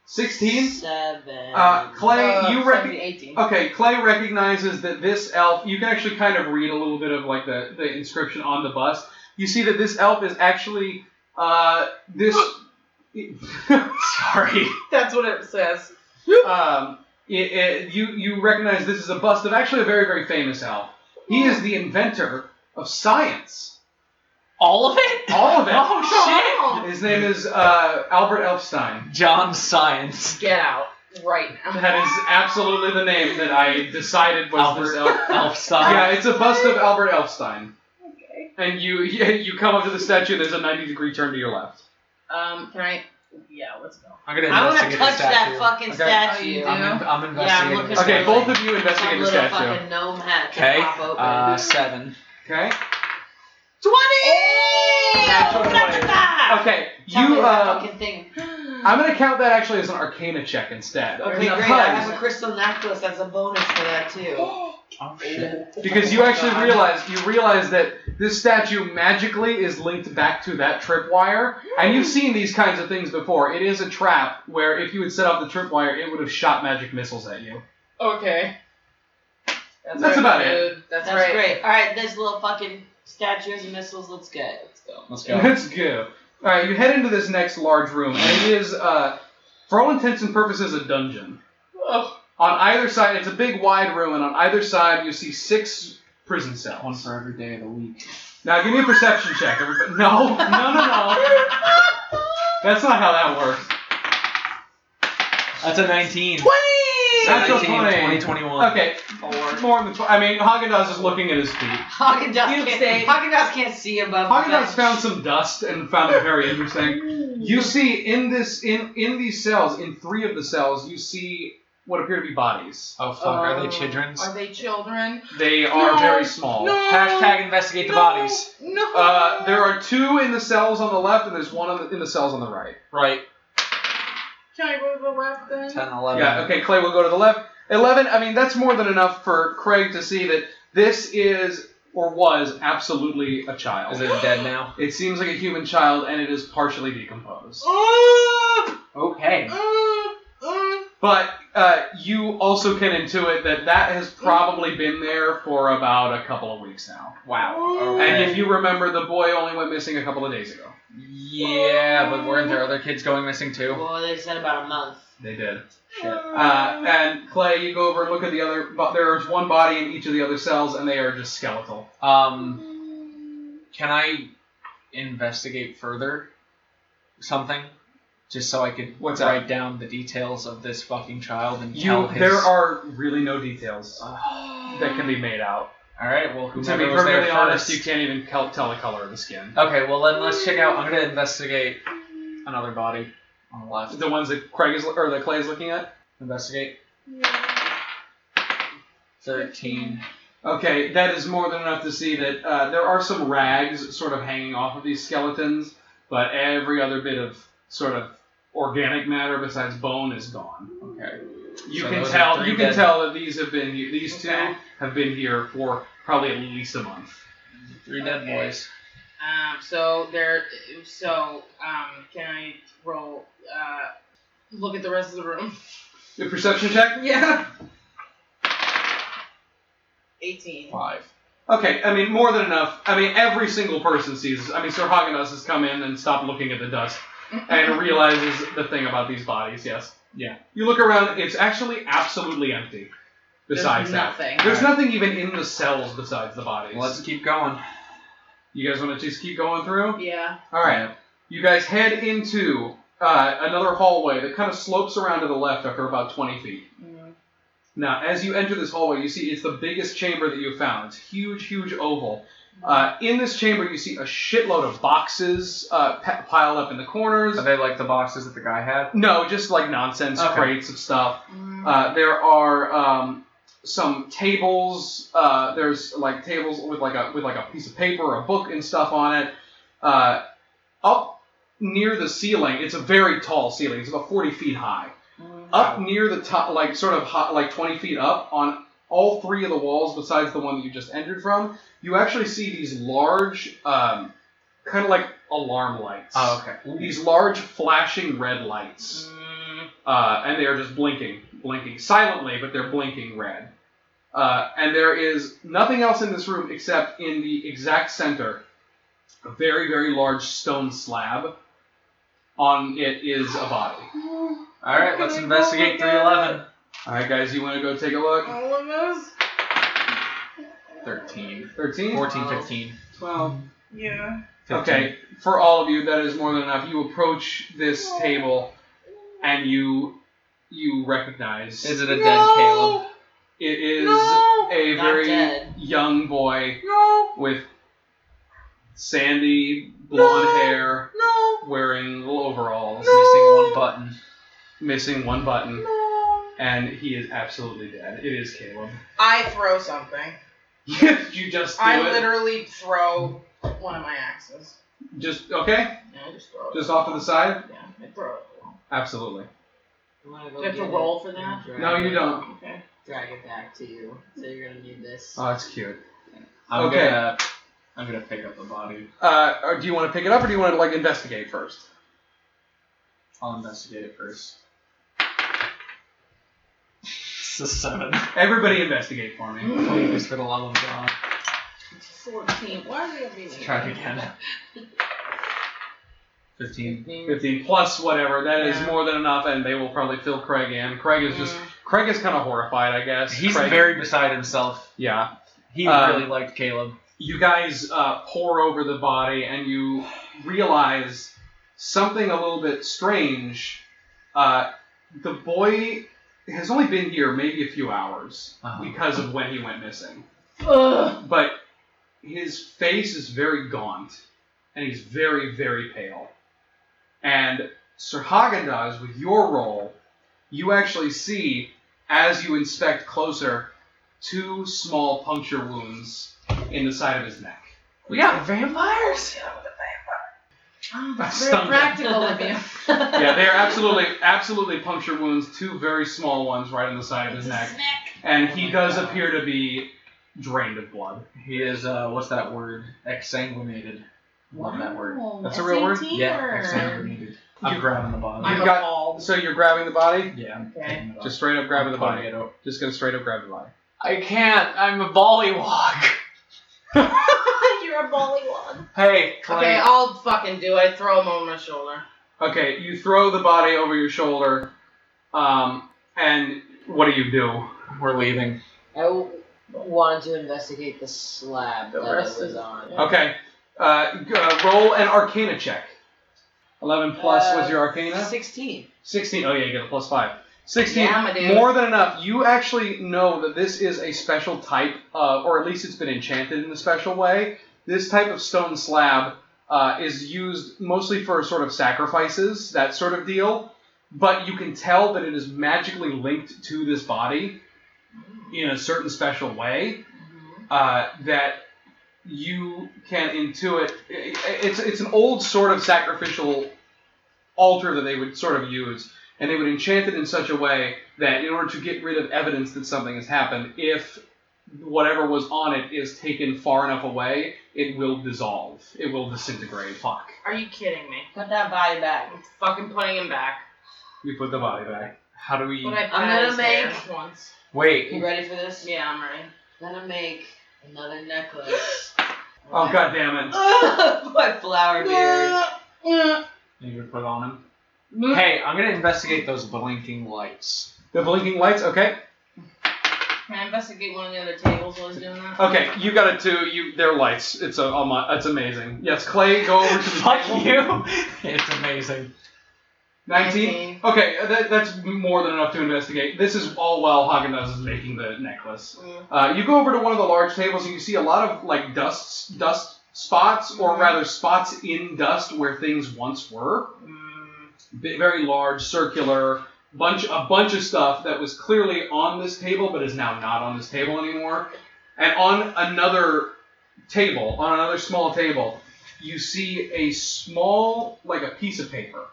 [SPEAKER 2] 16?
[SPEAKER 7] Seven.
[SPEAKER 2] Uh, Clay,
[SPEAKER 7] Uh,
[SPEAKER 2] you
[SPEAKER 7] seven
[SPEAKER 2] reckon-
[SPEAKER 7] to Eighteen.
[SPEAKER 2] Okay, Clay recognizes that this elf, you can actually kind of read a little bit of like the, the inscription on the bust. You see that this elf is actually uh, this. Sorry.
[SPEAKER 7] That's what it says.
[SPEAKER 2] Um, it, it, you, you recognize this is a bust of actually a very, very famous elf. He is the inventor of science.
[SPEAKER 3] All of it?
[SPEAKER 2] All of it.
[SPEAKER 3] Oh
[SPEAKER 2] His name is uh, Albert Elfstein.
[SPEAKER 3] shit! John Science.
[SPEAKER 4] Get out right now.
[SPEAKER 2] That is absolutely the name that I decided was this
[SPEAKER 3] Albert
[SPEAKER 2] elf.
[SPEAKER 3] Elf Science.
[SPEAKER 2] Yeah, it's a bust of Albert Elfstein. Okay. And you you come up to the statue. There's a 90 degree turn to your left.
[SPEAKER 4] Um, can I? Yeah, let's go.
[SPEAKER 3] I'm gonna
[SPEAKER 7] I want
[SPEAKER 3] investigate
[SPEAKER 7] to
[SPEAKER 3] the
[SPEAKER 7] touch that
[SPEAKER 3] statue.
[SPEAKER 7] fucking
[SPEAKER 3] Okay.
[SPEAKER 7] statue.
[SPEAKER 4] do?
[SPEAKER 3] I'm, in, I'm
[SPEAKER 7] I'm
[SPEAKER 3] investigating.
[SPEAKER 7] looking
[SPEAKER 3] the
[SPEAKER 2] Okay,
[SPEAKER 7] Just
[SPEAKER 2] both of you
[SPEAKER 7] Some
[SPEAKER 2] investigate the
[SPEAKER 7] little
[SPEAKER 2] statue.
[SPEAKER 7] fucking gnome hat to
[SPEAKER 3] Okay.
[SPEAKER 7] pop open.
[SPEAKER 3] Uh, seven.
[SPEAKER 2] Okay.
[SPEAKER 7] Natural
[SPEAKER 4] Hey!
[SPEAKER 2] Okay.
[SPEAKER 7] Tell me
[SPEAKER 2] You.
[SPEAKER 7] that
[SPEAKER 2] Uh,
[SPEAKER 7] fucking thing.
[SPEAKER 2] I'm gonna count that actually as an Arcana check instead.
[SPEAKER 7] Okay,
[SPEAKER 2] because,
[SPEAKER 7] great. I have a crystal necklace as a bonus for that too.
[SPEAKER 3] Oh shit.
[SPEAKER 2] because you
[SPEAKER 4] Oh
[SPEAKER 2] actually realize you realize that this statue magically is linked back to that tripwire, and you've seen these kinds of things before. It is a trap where if you had set off the tripwire, it would have shot magic missiles at you.
[SPEAKER 4] Okay.
[SPEAKER 2] That's
[SPEAKER 4] very
[SPEAKER 2] about it.
[SPEAKER 4] good. That's,
[SPEAKER 7] That's
[SPEAKER 4] right.
[SPEAKER 7] great. All right, this little fucking statue and missiles. Let's go. Let's go.
[SPEAKER 3] Let's go.
[SPEAKER 2] Let's go. All right, you head into this next large room, and it is, uh, for all intents and purposes, a dungeon. On either side, it's a big wide room, and on either side, you see six prison cells.
[SPEAKER 3] One for every day of the week.
[SPEAKER 2] Now, give me a perception check, everybody. No, no, no, no. That's not how that works.
[SPEAKER 3] That's a 19.
[SPEAKER 2] Natural
[SPEAKER 3] 19, 20,
[SPEAKER 2] 20.
[SPEAKER 3] 21.
[SPEAKER 2] Okay,
[SPEAKER 7] Four.
[SPEAKER 2] more than. Tw- I mean, Haagen Dazs is looking at his feet.
[SPEAKER 7] Haagen
[SPEAKER 4] You
[SPEAKER 7] Dazs
[SPEAKER 4] say-
[SPEAKER 7] can't. Haagen Dazs can't see above.
[SPEAKER 2] Haagen
[SPEAKER 7] the
[SPEAKER 2] Dazs found some dust and found it very interesting. You see in this in in these cells, in three of the cells, you see what appear to be bodies.
[SPEAKER 3] Oh fuck, are
[SPEAKER 2] Uh,
[SPEAKER 3] they children's?
[SPEAKER 4] Uh, Are they children?
[SPEAKER 2] They are
[SPEAKER 4] No.
[SPEAKER 2] very small.
[SPEAKER 4] No.
[SPEAKER 3] Hashtag investigate the
[SPEAKER 4] No.
[SPEAKER 3] bodies.
[SPEAKER 4] No.
[SPEAKER 2] Uh, there are two in the cells on the left, and there's one on the, in the cells on the right.
[SPEAKER 3] Right.
[SPEAKER 4] Can I go to the left then?
[SPEAKER 3] 10, 11.
[SPEAKER 2] Yeah. Okay. Clay will go to the left. Eleven. I mean, that's more than enough for Craig to see that this is or was absolutely a child.
[SPEAKER 3] Is it dead now?
[SPEAKER 2] It seems like a human child, and it is partially
[SPEAKER 4] Oh,
[SPEAKER 2] decomposed.
[SPEAKER 4] Ah!
[SPEAKER 3] Okay.
[SPEAKER 2] But uh, you also can intuit that that has probably been there for about a couple of weeks now.
[SPEAKER 3] Wow.
[SPEAKER 2] And
[SPEAKER 3] Okay.
[SPEAKER 2] if you remember, the boy only went missing a couple of days ago.
[SPEAKER 3] Yeah, but weren't there other kids going missing too?
[SPEAKER 7] Well, they said about a month.
[SPEAKER 2] They did.
[SPEAKER 3] Shit.
[SPEAKER 2] Uh, and Clay, you go over and look at the other. But there is one body in each of the other cells, and they are just skeletal.
[SPEAKER 3] Um, can I investigate further something? Just so I could
[SPEAKER 2] What's that?
[SPEAKER 3] write down the details of this fucking child and
[SPEAKER 2] You,
[SPEAKER 3] tell his...
[SPEAKER 2] there are really no details that
[SPEAKER 4] that
[SPEAKER 2] can be made out.
[SPEAKER 3] Alright, well,
[SPEAKER 2] To be
[SPEAKER 3] whoever Oh. was there
[SPEAKER 2] perfectly honest,
[SPEAKER 3] first...
[SPEAKER 2] you can't even cal- tell the color of the skin.
[SPEAKER 3] Okay, well then let's check out... I'm gonna investigate another body on the left.
[SPEAKER 2] The ones that Craig is or that Clay is looking at.
[SPEAKER 3] Investigate. 13.
[SPEAKER 2] Okay, that is more than enough to see that uh, there are some rags sort of hanging off of these skeletons, but every other bit of sort of organic matter besides bone is gone.
[SPEAKER 3] Okay.
[SPEAKER 2] You
[SPEAKER 3] So
[SPEAKER 2] can
[SPEAKER 3] those are
[SPEAKER 2] tell.
[SPEAKER 3] three
[SPEAKER 2] You can
[SPEAKER 3] dead-
[SPEAKER 2] tell that these have been these two
[SPEAKER 4] Okay.
[SPEAKER 2] have been here for probably at least a month.
[SPEAKER 3] Three dead
[SPEAKER 4] Okay.
[SPEAKER 3] boys.
[SPEAKER 4] Um, so there. So um, can I roll? Uh, look at the rest of the room.
[SPEAKER 2] Your perception check?
[SPEAKER 4] Yeah. Eighteen.
[SPEAKER 3] Five.
[SPEAKER 2] Okay, I mean more than enough. I mean every single person sees. I mean Sir Haagen-Dazs has come in and stopped looking at the dust and realizes the thing about these bodies. Yes.
[SPEAKER 3] Yeah.
[SPEAKER 2] You look around. It's actually absolutely empty. Besides
[SPEAKER 4] There's
[SPEAKER 2] that,
[SPEAKER 4] nothing.
[SPEAKER 2] there's nothing even in the cells besides the bodies.
[SPEAKER 3] Let's keep going.
[SPEAKER 2] you guys want to just keep going through?
[SPEAKER 4] Yeah.
[SPEAKER 2] All right. You guys head into uh, another hallway that kind of slopes around to the left after about 20 feet.
[SPEAKER 4] Mm.
[SPEAKER 2] Now, as you enter this hallway, you see it's the biggest chamber that you've found. It's huge, huge oval. Uh, in this chamber, you see a shitload of boxes uh, pe- piled up in the corners.
[SPEAKER 3] Are they like the boxes that the guy had?
[SPEAKER 2] No, just like nonsense
[SPEAKER 3] Okay.
[SPEAKER 2] crates of stuff. Uh, there are um, some tables. Uh, there's like tables with like a with like a piece of paper, or a book, and stuff on it. Uh, up near the ceiling, it's a very tall ceiling. It's about 40 feet high. Up near the top, like sort of hot, like 20 feet up on all three of the walls, besides the one that you just entered from, you actually see these large, um, kind of like alarm lights.
[SPEAKER 3] Oh, okay. Mm.
[SPEAKER 2] These large flashing red lights uh, and they are just blinking, blinking silently, but they're blinking red. Uh, and there is nothing else in this room except in the exact center, a very, very large stone slab. On it is a body.
[SPEAKER 3] All right, let's investigate 311.
[SPEAKER 2] All right, guys, you want to go take a look?
[SPEAKER 7] All of those?
[SPEAKER 3] 13,
[SPEAKER 2] 13?
[SPEAKER 3] 14, 15.
[SPEAKER 2] 12.
[SPEAKER 7] Yeah.
[SPEAKER 3] 15.
[SPEAKER 2] Okay, for all of you, that is more than enough. You approach this table, and you you recognize
[SPEAKER 3] Is it a dead Caleb?
[SPEAKER 2] it is
[SPEAKER 7] No!
[SPEAKER 2] a
[SPEAKER 4] Not
[SPEAKER 2] very
[SPEAKER 4] dead.
[SPEAKER 2] young boy
[SPEAKER 7] No!
[SPEAKER 2] with sandy blonde
[SPEAKER 7] No.
[SPEAKER 2] hair,
[SPEAKER 7] No!
[SPEAKER 2] wearing little overalls,
[SPEAKER 3] Missing one button.
[SPEAKER 2] missing one button,
[SPEAKER 7] No!
[SPEAKER 2] and he is absolutely dead. It is Caleb.
[SPEAKER 4] I throw something.
[SPEAKER 2] you just do
[SPEAKER 4] I
[SPEAKER 2] it.
[SPEAKER 4] literally throw one of my axes.
[SPEAKER 2] Just okay.
[SPEAKER 4] Yeah, I just throw it.
[SPEAKER 2] Just off to the side.
[SPEAKER 4] Yeah, I throw it.
[SPEAKER 2] Absolutely.
[SPEAKER 7] Do
[SPEAKER 4] Do I have to roll for that?
[SPEAKER 2] No, you don't.
[SPEAKER 4] Okay.
[SPEAKER 7] Drag it back to you. So you're gonna need this.
[SPEAKER 2] Oh, that's cute.
[SPEAKER 3] I'm
[SPEAKER 2] Okay.
[SPEAKER 3] gonna I'm gonna pick up the body.
[SPEAKER 2] Uh, or do you want to pick it up, or do you want to like investigate first?
[SPEAKER 3] I'll investigate it first. It's a seven.
[SPEAKER 2] Everybody investigate for me.
[SPEAKER 3] Please, for the love of God.
[SPEAKER 4] 14. Why are we going to
[SPEAKER 3] Let's try it again. Fifteen.
[SPEAKER 2] Fifteen plus whatever. That is
[SPEAKER 4] Yeah.
[SPEAKER 2] more than enough, and they will probably fill Craig in. Craig is just Craig is kind of horrified, I guess.
[SPEAKER 3] He's
[SPEAKER 2] Craig,
[SPEAKER 3] very beside himself.
[SPEAKER 2] yeah.
[SPEAKER 3] He
[SPEAKER 2] Um,
[SPEAKER 3] really liked Caleb.
[SPEAKER 2] you guys uh, pour over the body and you realize something a little bit strange. Uh, the boy has only been here maybe a few hours
[SPEAKER 3] Uh-huh.
[SPEAKER 2] because of when he went missing,
[SPEAKER 4] Ugh.
[SPEAKER 2] but his face is very gaunt and he's very, very pale. And Sir Haagen-Dazs, with your role, you actually see, as you inspect closer, two small puncture wounds in the side of his neck.
[SPEAKER 3] We got vampires.
[SPEAKER 2] That's
[SPEAKER 4] Oh, Very
[SPEAKER 2] something.
[SPEAKER 4] practical of you.
[SPEAKER 2] Yeah, they are absolutely, absolutely puncture wounds. Two very small ones right on the side of his neck, and
[SPEAKER 3] Oh
[SPEAKER 2] he
[SPEAKER 3] my
[SPEAKER 2] does
[SPEAKER 3] God.
[SPEAKER 2] appear to be drained of blood.
[SPEAKER 3] He is uh, what's that word? Exsanguinated. Love that word.
[SPEAKER 2] That's a real word?
[SPEAKER 3] Yeah, exsanguinated. I'm
[SPEAKER 2] You-
[SPEAKER 3] grabbing the body.
[SPEAKER 2] you
[SPEAKER 4] I'm
[SPEAKER 2] got-
[SPEAKER 4] appalled.
[SPEAKER 2] So you're grabbing the body.
[SPEAKER 3] yeah, I'm
[SPEAKER 4] Okay.
[SPEAKER 3] picking it up.
[SPEAKER 2] Just straight up grabbing the
[SPEAKER 3] I'm
[SPEAKER 2] body.
[SPEAKER 3] putting it up.
[SPEAKER 2] Just gonna straight up grab the body.
[SPEAKER 3] I can't. I'm a bollywog.
[SPEAKER 7] You're a Bollywog.
[SPEAKER 3] Hey, Clay.
[SPEAKER 4] Okay, I'll fucking do it. I throw him over my shoulder.
[SPEAKER 2] Okay, you throw the body over your shoulder, um, and what do you do?
[SPEAKER 3] We're leaving.
[SPEAKER 7] I w- wanted to investigate the slab
[SPEAKER 4] The
[SPEAKER 7] that it
[SPEAKER 4] rest
[SPEAKER 7] was
[SPEAKER 4] is-
[SPEAKER 7] on.
[SPEAKER 2] Okay, uh, g- uh, roll an Arcana check. Eleven plus was your Arcana.
[SPEAKER 7] 16.
[SPEAKER 2] 16. Oh, yeah, you get a plus 5. 16.
[SPEAKER 4] Yeah, my dude.
[SPEAKER 2] more than enough. You actually know that this is a special type, uh, or at least it's been enchanted in a special way. This type of stone slab uh, is used mostly for sort of sacrifices, that sort of deal. But you can tell that it is magically linked to this body in a certain special way uh, that you can intuit. i- i- It's it's an old sort of sacrificial altar that they would sort of use, and they would enchant it in such a way that in order to get rid of evidence that something has happened, if whatever was on it is taken far enough away, it will dissolve. It will disintegrate. Fuck.
[SPEAKER 4] Are you kidding me?
[SPEAKER 7] Put that body back.
[SPEAKER 4] I'm fucking putting him back.
[SPEAKER 2] You put the body back.
[SPEAKER 3] How do we?
[SPEAKER 4] But I
[SPEAKER 7] I'm gonna
[SPEAKER 4] patted his hair
[SPEAKER 7] make-
[SPEAKER 4] once.
[SPEAKER 7] You
[SPEAKER 3] Wait.
[SPEAKER 7] ready for this?
[SPEAKER 4] Yeah, I'm ready.
[SPEAKER 7] Gonna make another necklace.
[SPEAKER 2] Oh god damn it.
[SPEAKER 7] My flower beard.
[SPEAKER 3] You gonna put it on him.
[SPEAKER 2] Mm-hmm.
[SPEAKER 3] Hey, I'm gonna investigate those blinking lights.
[SPEAKER 2] The blinking lights. Okay.
[SPEAKER 4] Can I investigate one of the other tables while I was doing that?
[SPEAKER 2] Okay. You got it too. You. They're lights. It's a. oh my- It's amazing. Yes. Clay, go over to the table.
[SPEAKER 3] Fuck you. It's amazing.
[SPEAKER 2] 19?
[SPEAKER 4] Nineteen.
[SPEAKER 2] Okay, that, that's more than enough to investigate. This is all while Haagen-Dazs is making the necklace.
[SPEAKER 4] Mm.
[SPEAKER 2] Uh, you go over to one of the large tables and you see a lot of like dust dust spots, or
[SPEAKER 4] Mhm.
[SPEAKER 2] rather spots in dust where things once were.
[SPEAKER 4] Mm.
[SPEAKER 2] B- very large, circular, bunch a bunch of stuff that was clearly on this table but is now not on this table anymore. And on another table, on another small table, you see a small like a piece of paper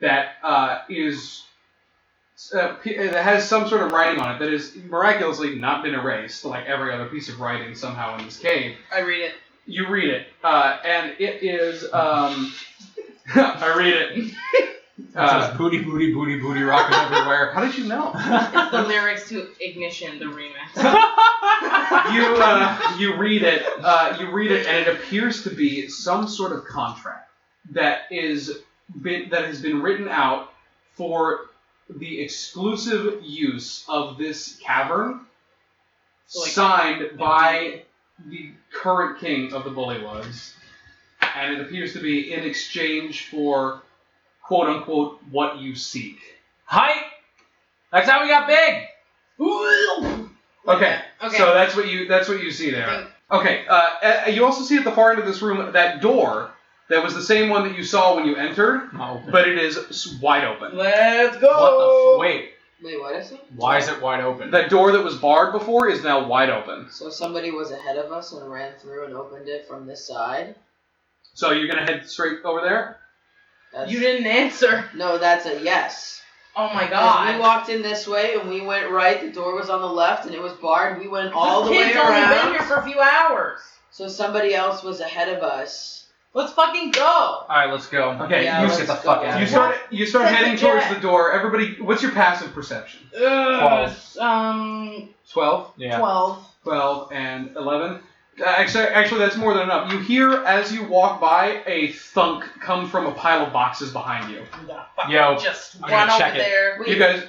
[SPEAKER 2] that uh, is uh, p- that has some sort of writing on it that is miraculously not been erased like every other piece of writing somehow in this cave.
[SPEAKER 4] I read it.
[SPEAKER 2] You read it, uh, and it is. Um, I read it.
[SPEAKER 3] It
[SPEAKER 2] Uh,
[SPEAKER 3] says booty, booty, booty, booty rocking everywhere.
[SPEAKER 2] how did you know?
[SPEAKER 4] It's the lyrics to Ignition, the remix.
[SPEAKER 2] You uh, you read it. Uh, you read it, and it appears to be some sort of contract that is been that has been written out for the exclusive use of this cavern,
[SPEAKER 4] So, like-
[SPEAKER 2] signed by the current king of the Bullywugs, and it appears to be in exchange for quote unquote what you seek.
[SPEAKER 3] Height! That's how we got big!
[SPEAKER 2] Okay.
[SPEAKER 4] Okay.
[SPEAKER 2] So that's what you that's what you see there.
[SPEAKER 4] Thank-
[SPEAKER 2] Okay. Uh, uh, you also see at the far end of this room that door that was the same one that you saw when you entered, but it is s- wide open.
[SPEAKER 4] Let's
[SPEAKER 3] What the
[SPEAKER 4] go.
[SPEAKER 3] f- Wait,
[SPEAKER 7] Wait, what is it?
[SPEAKER 3] why is it wide open?
[SPEAKER 2] That door that was barred before is now wide open.
[SPEAKER 7] So somebody was ahead of us and ran through and opened it from this side.
[SPEAKER 2] So you're gonna head straight over there.
[SPEAKER 7] That's,
[SPEAKER 4] You didn't answer.
[SPEAKER 7] No, that's a yes.
[SPEAKER 4] Oh my
[SPEAKER 7] 'Cause We
[SPEAKER 4] god.
[SPEAKER 7] walked in this way and we went right. The door was on the left and it was barred. We went all
[SPEAKER 4] this
[SPEAKER 7] the way
[SPEAKER 4] kid's only been
[SPEAKER 7] around.
[SPEAKER 4] here for a few hours.
[SPEAKER 7] So somebody else was ahead of us.
[SPEAKER 4] Let's fucking go.
[SPEAKER 3] Alright, let's go.
[SPEAKER 2] Okay.
[SPEAKER 7] Yeah,
[SPEAKER 3] you
[SPEAKER 7] let's
[SPEAKER 3] sit the
[SPEAKER 7] go.
[SPEAKER 3] fuck out
[SPEAKER 2] you
[SPEAKER 3] of here.
[SPEAKER 2] start you start
[SPEAKER 4] That's
[SPEAKER 2] heading
[SPEAKER 4] a
[SPEAKER 2] towards
[SPEAKER 4] jet.
[SPEAKER 2] the door. Everybody, what's your passive perception?
[SPEAKER 4] Ugh, um,
[SPEAKER 2] 12?
[SPEAKER 3] Yeah.
[SPEAKER 4] twelve.
[SPEAKER 2] 12 and 11. Uh, Actually, actually, that's more than enough. You hear as you walk by a thunk come from a pile of boxes behind you.
[SPEAKER 3] Yo,
[SPEAKER 4] Just
[SPEAKER 3] I'm
[SPEAKER 4] run
[SPEAKER 3] gonna
[SPEAKER 4] over
[SPEAKER 3] check it.
[SPEAKER 4] there.
[SPEAKER 7] Wait,
[SPEAKER 2] You guys,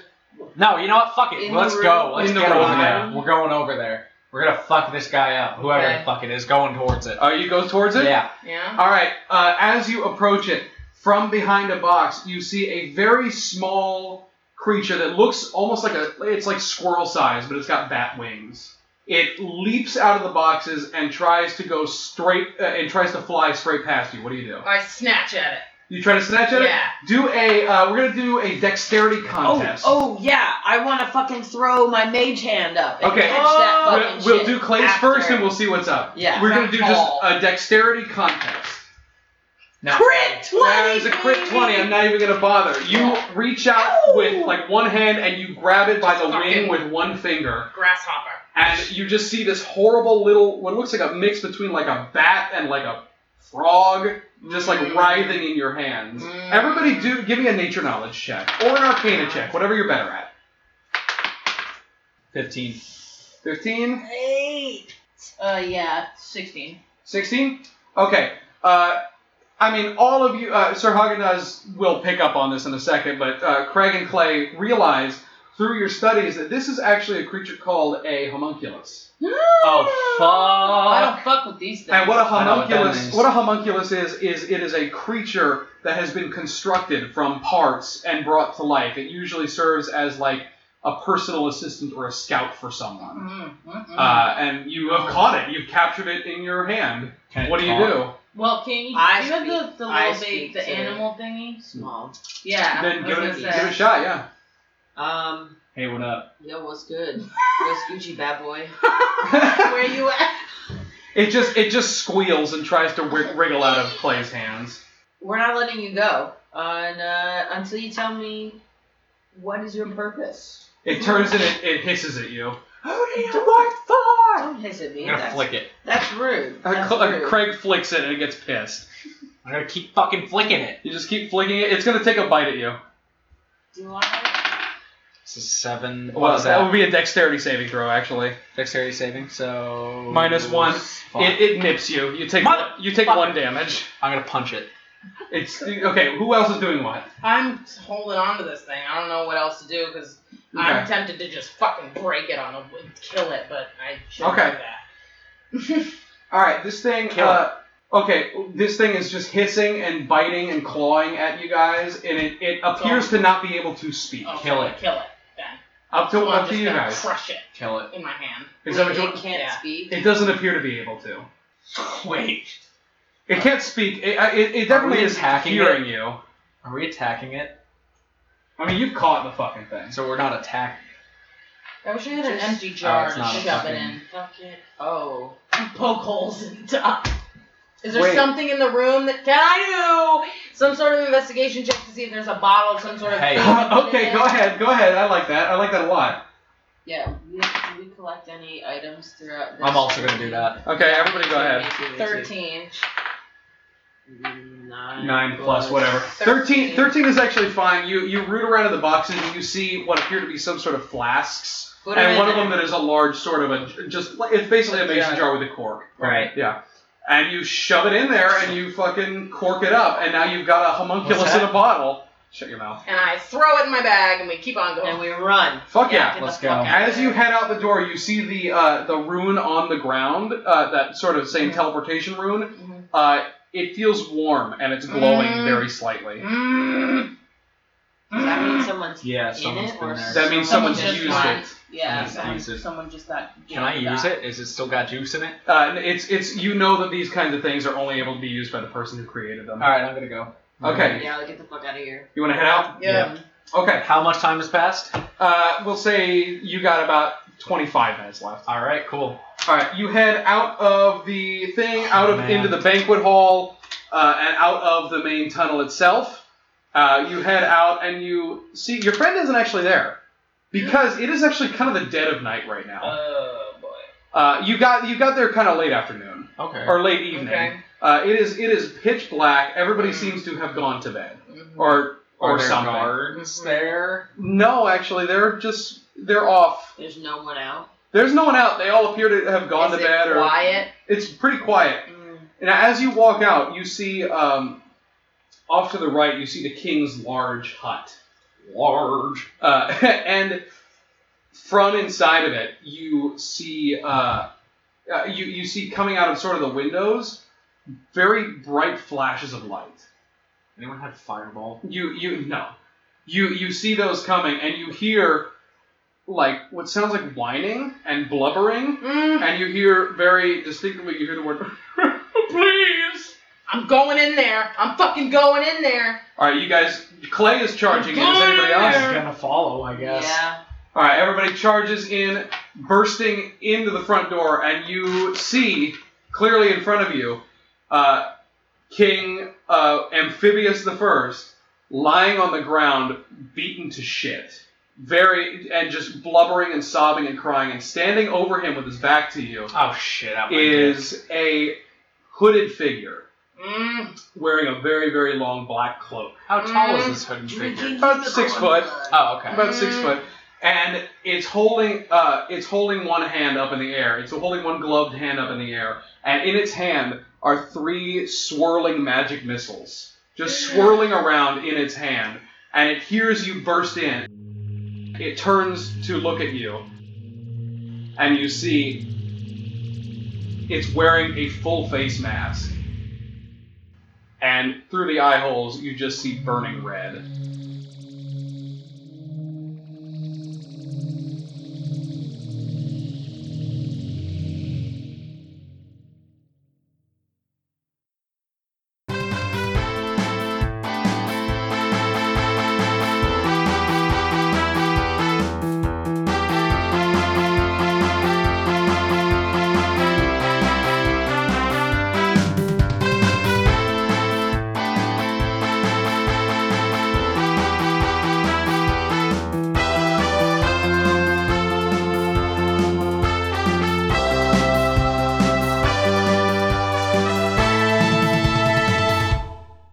[SPEAKER 3] no, you know what? Fuck it.
[SPEAKER 7] In
[SPEAKER 3] Let's
[SPEAKER 7] the
[SPEAKER 3] go.
[SPEAKER 7] room.
[SPEAKER 3] Let's
[SPEAKER 2] In the
[SPEAKER 3] get
[SPEAKER 2] room.
[SPEAKER 3] over there. We're going over there. We're gonna fuck this guy up. Whoever
[SPEAKER 4] Okay.
[SPEAKER 3] the fuck it is, going towards it.
[SPEAKER 2] Uh, you go towards it?
[SPEAKER 3] Yeah.
[SPEAKER 4] Yeah.
[SPEAKER 2] All right. Uh, as you approach it, from behind a box, you see a very small creature that looks almost like a. It's like squirrel size, but it's got bat wings. It leaps out of the boxes and tries to go straight. Uh, and tries to fly straight past you. What do you do?
[SPEAKER 4] I snatch at it.
[SPEAKER 2] You try to snatch at
[SPEAKER 4] Yeah.
[SPEAKER 2] it. Do a. Uh, we're gonna do a dexterity
[SPEAKER 7] Oh,
[SPEAKER 2] contest.
[SPEAKER 7] oh yeah, I want to fucking throw my mage hand up and
[SPEAKER 2] Okay.
[SPEAKER 7] catch that
[SPEAKER 4] Oh,
[SPEAKER 7] fucking
[SPEAKER 2] We'll, we'll
[SPEAKER 7] shit
[SPEAKER 2] do Clay's
[SPEAKER 7] after.
[SPEAKER 2] first, and we'll see what's up.
[SPEAKER 7] Yeah.
[SPEAKER 2] We're gonna do just
[SPEAKER 4] Call.
[SPEAKER 2] a dexterity contest.
[SPEAKER 3] Now,
[SPEAKER 7] Crit
[SPEAKER 2] That is a crit 20. I'm not even going to bother. You reach out with like one hand and you grab it by the wing
[SPEAKER 4] Fucking-
[SPEAKER 2] with one finger.
[SPEAKER 4] Grasshopper.
[SPEAKER 2] And you just see this horrible little, what looks like a mix between like a bat and like a frog, just like
[SPEAKER 7] Mm-hmm.
[SPEAKER 4] Mm.
[SPEAKER 2] writhing in your hands.
[SPEAKER 4] Mm.
[SPEAKER 2] Everybody, do give me a nature knowledge check or an arcana check, whatever you're better at.
[SPEAKER 3] 15.
[SPEAKER 2] 15,
[SPEAKER 4] Eight. Uh, yeah, sixteen.
[SPEAKER 2] 16? Okay. Uh, I mean, all of you, uh, Sir Haagen-Dazs will pick up on this in a second, but uh, Craig and Clay realize through your studies that this is actually a creature called a homunculus.
[SPEAKER 3] Oh,
[SPEAKER 4] Mm. I
[SPEAKER 3] fuck.
[SPEAKER 4] don't fuck with these things.
[SPEAKER 2] And what a
[SPEAKER 3] I know what that
[SPEAKER 2] homunculus,
[SPEAKER 3] means.
[SPEAKER 2] what, a homunculus is, is it is a creature that has been constructed from parts and brought to life. It usually serves as like a personal assistant or a scout for someone.
[SPEAKER 4] Mm, mm, mm.
[SPEAKER 2] Uh, and you have caught it. You've captured it in your hand.
[SPEAKER 3] Can it
[SPEAKER 2] What do you
[SPEAKER 3] talk?
[SPEAKER 2] do?
[SPEAKER 4] well, can you?
[SPEAKER 7] I
[SPEAKER 4] do you have
[SPEAKER 7] speak-
[SPEAKER 4] the, the
[SPEAKER 7] I
[SPEAKER 4] little baby,
[SPEAKER 7] speak
[SPEAKER 4] the
[SPEAKER 7] to-
[SPEAKER 4] animal thingy?
[SPEAKER 7] Small.
[SPEAKER 4] Yeah. I
[SPEAKER 2] Then
[SPEAKER 4] was
[SPEAKER 2] give it,
[SPEAKER 4] gonna
[SPEAKER 2] a-
[SPEAKER 4] say.
[SPEAKER 2] give it a shot, yeah.
[SPEAKER 7] Um,
[SPEAKER 3] Hey, what up?
[SPEAKER 7] yo, what's good? What's Gucci, bad boy?
[SPEAKER 4] Where you at?
[SPEAKER 2] it just it just squeals and tries to wrig- wriggle out of Clay's hands.
[SPEAKER 7] We're not letting you go on, uh, until you tell me what is your purpose.
[SPEAKER 2] It turns and it, it hisses at you.
[SPEAKER 7] Don't hiss at me.
[SPEAKER 3] I'm gonna
[SPEAKER 7] That's,
[SPEAKER 3] flick it.
[SPEAKER 7] that's rude.
[SPEAKER 2] Uh,
[SPEAKER 7] That's
[SPEAKER 2] Cl- uh,
[SPEAKER 7] rude.
[SPEAKER 2] Craig flicks it and it gets pissed.
[SPEAKER 3] I'm gonna keep fucking flicking it.
[SPEAKER 2] You just keep flicking it. It's gonna take a bite at you.
[SPEAKER 7] Do I?
[SPEAKER 3] This is seven. What
[SPEAKER 2] Well,
[SPEAKER 3] is
[SPEAKER 2] that
[SPEAKER 3] that?
[SPEAKER 2] would be a dexterity saving throw, actually.
[SPEAKER 3] Dexterity saving. So
[SPEAKER 2] Minus one.
[SPEAKER 3] Fuck.
[SPEAKER 2] It, it nips you. You take
[SPEAKER 3] Mother-
[SPEAKER 2] you take
[SPEAKER 3] fuck.
[SPEAKER 2] one damage.
[SPEAKER 3] I'm gonna punch it.
[SPEAKER 2] It's okay. Who else is doing what?
[SPEAKER 4] I'm holding on to this thing. I don't know what else to do because I'm
[SPEAKER 2] Okay.
[SPEAKER 4] tempted to just fucking break it on him and kill it, but I shouldn't
[SPEAKER 2] Okay.
[SPEAKER 4] do that.
[SPEAKER 2] All right, this thing.
[SPEAKER 3] Kill
[SPEAKER 2] uh, okay, this thing is just hissing and biting and clawing at you guys, and it, it appears to not be able to speak.
[SPEAKER 4] Oh,
[SPEAKER 3] Kill it.
[SPEAKER 4] Kill it. Then.
[SPEAKER 2] Up to
[SPEAKER 4] So I'm
[SPEAKER 2] up to
[SPEAKER 4] just
[SPEAKER 2] you
[SPEAKER 4] gonna
[SPEAKER 2] guys.
[SPEAKER 4] Crush it
[SPEAKER 3] Kill it.
[SPEAKER 4] in my hand.
[SPEAKER 2] Is that what
[SPEAKER 7] It
[SPEAKER 2] you want?
[SPEAKER 7] can't
[SPEAKER 4] Yeah.
[SPEAKER 7] speak.
[SPEAKER 2] It doesn't appear to be able to.
[SPEAKER 3] Wait.
[SPEAKER 2] It can't speak. It, I- it, it definitely
[SPEAKER 3] we
[SPEAKER 2] is
[SPEAKER 3] attacking
[SPEAKER 2] hearing you.
[SPEAKER 3] Are we attacking it?
[SPEAKER 2] I mean, you've caught the fucking thing.
[SPEAKER 3] So we're not attacked.
[SPEAKER 4] I wish I had an
[SPEAKER 7] Just-
[SPEAKER 2] Oh,
[SPEAKER 4] empty jar
[SPEAKER 3] it's
[SPEAKER 4] to
[SPEAKER 3] not a
[SPEAKER 4] shove it
[SPEAKER 3] fucking-
[SPEAKER 4] in.
[SPEAKER 7] Fuck it.
[SPEAKER 4] Oh, poke holes in the top. Is there
[SPEAKER 2] Wait.
[SPEAKER 4] something in the room that can I do some sort of investigation check to see if there's a bottle of some sort of?
[SPEAKER 3] Hey.
[SPEAKER 2] okay, go ahead, go ahead. I like that. I like that a lot.
[SPEAKER 7] Yeah. We, do we collect any items throughout this?
[SPEAKER 3] I'm also gonna do that.
[SPEAKER 2] Okay, everybody, go ahead.
[SPEAKER 7] Thirteen.
[SPEAKER 6] Nine.
[SPEAKER 2] Nine plus whatever. 13,
[SPEAKER 7] 13.
[SPEAKER 2] 13 is actually fine. You you root around in the boxes and you see what appear to be some sort of flasks,
[SPEAKER 7] Put
[SPEAKER 2] and
[SPEAKER 7] it
[SPEAKER 2] one
[SPEAKER 7] in
[SPEAKER 2] of them
[SPEAKER 7] there.
[SPEAKER 2] that is a large sort of a just like- it's basically a mason
[SPEAKER 7] Yeah.
[SPEAKER 2] jar with a cork.
[SPEAKER 3] Right.
[SPEAKER 2] Yeah. And you shove it in there and you fucking cork it up, and now you've got a homunculus
[SPEAKER 3] What's
[SPEAKER 2] in
[SPEAKER 3] that?
[SPEAKER 2] a bottle. Shut your mouth.
[SPEAKER 4] And I throw it in my bag and we keep on going.
[SPEAKER 7] And we run.
[SPEAKER 2] Fuck yeah.
[SPEAKER 4] get the
[SPEAKER 3] let's go.
[SPEAKER 4] fuck out of
[SPEAKER 2] As you
[SPEAKER 4] there.
[SPEAKER 2] head out the door, you see the uh, the rune on the ground, uh, that sort of same teleportation rune.
[SPEAKER 4] Mhm.
[SPEAKER 2] Uh, it feels warm and it's glowing
[SPEAKER 4] Mm.
[SPEAKER 2] very slightly.
[SPEAKER 4] Mm.
[SPEAKER 7] Does that mean someone's
[SPEAKER 3] Yeah,
[SPEAKER 7] in
[SPEAKER 3] someone's
[SPEAKER 7] it
[SPEAKER 3] been
[SPEAKER 7] or
[SPEAKER 3] there.
[SPEAKER 2] That means
[SPEAKER 4] Someone
[SPEAKER 2] someone's
[SPEAKER 4] just
[SPEAKER 2] used
[SPEAKER 4] got-
[SPEAKER 2] it.
[SPEAKER 3] Someone
[SPEAKER 4] Yeah,
[SPEAKER 3] just
[SPEAKER 4] someone,
[SPEAKER 3] used it.
[SPEAKER 4] someone just got.
[SPEAKER 3] Can I use it? Is it still got juice in it?
[SPEAKER 2] Uh, and it's it's you know that these kinds of things are only able to be used by the person who created them.
[SPEAKER 3] All right, I'm gonna go.
[SPEAKER 2] Okay.
[SPEAKER 7] Yeah, like, get the fuck out of here.
[SPEAKER 2] You want to head out?
[SPEAKER 4] Yeah.
[SPEAKER 2] Okay.
[SPEAKER 3] How much time has passed?
[SPEAKER 2] Uh, we'll say you got about 25 minutes left.
[SPEAKER 3] All right, cool.
[SPEAKER 2] All right. You head out of the thing, out of
[SPEAKER 3] Man.
[SPEAKER 2] into the banquet hall, uh, and out of the main tunnel itself. Uh, you head out and you see your friend isn't actually there because it is actually kind of the dead of night right now.
[SPEAKER 7] Oh boy.
[SPEAKER 2] Uh, you got you got there kind of late afternoon
[SPEAKER 3] Okay.
[SPEAKER 2] or late evening.
[SPEAKER 4] Okay.
[SPEAKER 2] Uh, it is it is pitch black. Everybody
[SPEAKER 4] Mm.
[SPEAKER 2] seems to have gone to bed
[SPEAKER 4] Mhm.
[SPEAKER 2] or or
[SPEAKER 3] Are there
[SPEAKER 2] something.
[SPEAKER 3] guards there?
[SPEAKER 2] No, actually, they're just they're off.
[SPEAKER 7] There's no one out.
[SPEAKER 2] There's no one out. They all appear to have gone
[SPEAKER 4] Is
[SPEAKER 2] to
[SPEAKER 4] it
[SPEAKER 2] bed. Or
[SPEAKER 4] quiet?
[SPEAKER 2] it's pretty quiet. And as you walk out, you see um, off to the right, you see the king's large hut,
[SPEAKER 3] Large.
[SPEAKER 2] uh, and from inside of it, you see uh, uh, you you see coming out of sort of the windows, very bright flashes of light.
[SPEAKER 3] Anyone have fireball?
[SPEAKER 2] You you no. You you see those coming and you hear like what sounds like whining and blubbering
[SPEAKER 4] Mm,
[SPEAKER 2] and you hear very distinctly you hear the word please.
[SPEAKER 4] I'm going in there. I'm fucking going in there.
[SPEAKER 2] All right, you guys Clay is charging in. Is anybody else?
[SPEAKER 3] I'm gonna follow, I guess.
[SPEAKER 7] Yeah.
[SPEAKER 2] All right, everybody charges in, bursting into the front door, and you see clearly in front of you uh, King uh, Amphibious the First lying on the ground, beaten to shit, very and just blubbering and sobbing and crying, and standing over him with his back to you
[SPEAKER 3] Oh shit! I'm
[SPEAKER 2] is a hooded figure
[SPEAKER 4] Mm.
[SPEAKER 2] wearing a very very long black cloak,
[SPEAKER 3] how tall is this hooded figure?
[SPEAKER 2] about six foot.
[SPEAKER 3] Oh okay.
[SPEAKER 2] about six foot, and it's holding uh, it's holding one hand up in the air. It's holding one gloved hand up in the air, and in its hand are three swirling magic missiles, just swirling around in its hand. And it hears you burst in. It turns to look at you, and you see it's wearing a full face mask. And through the eye holes, you just see burning red.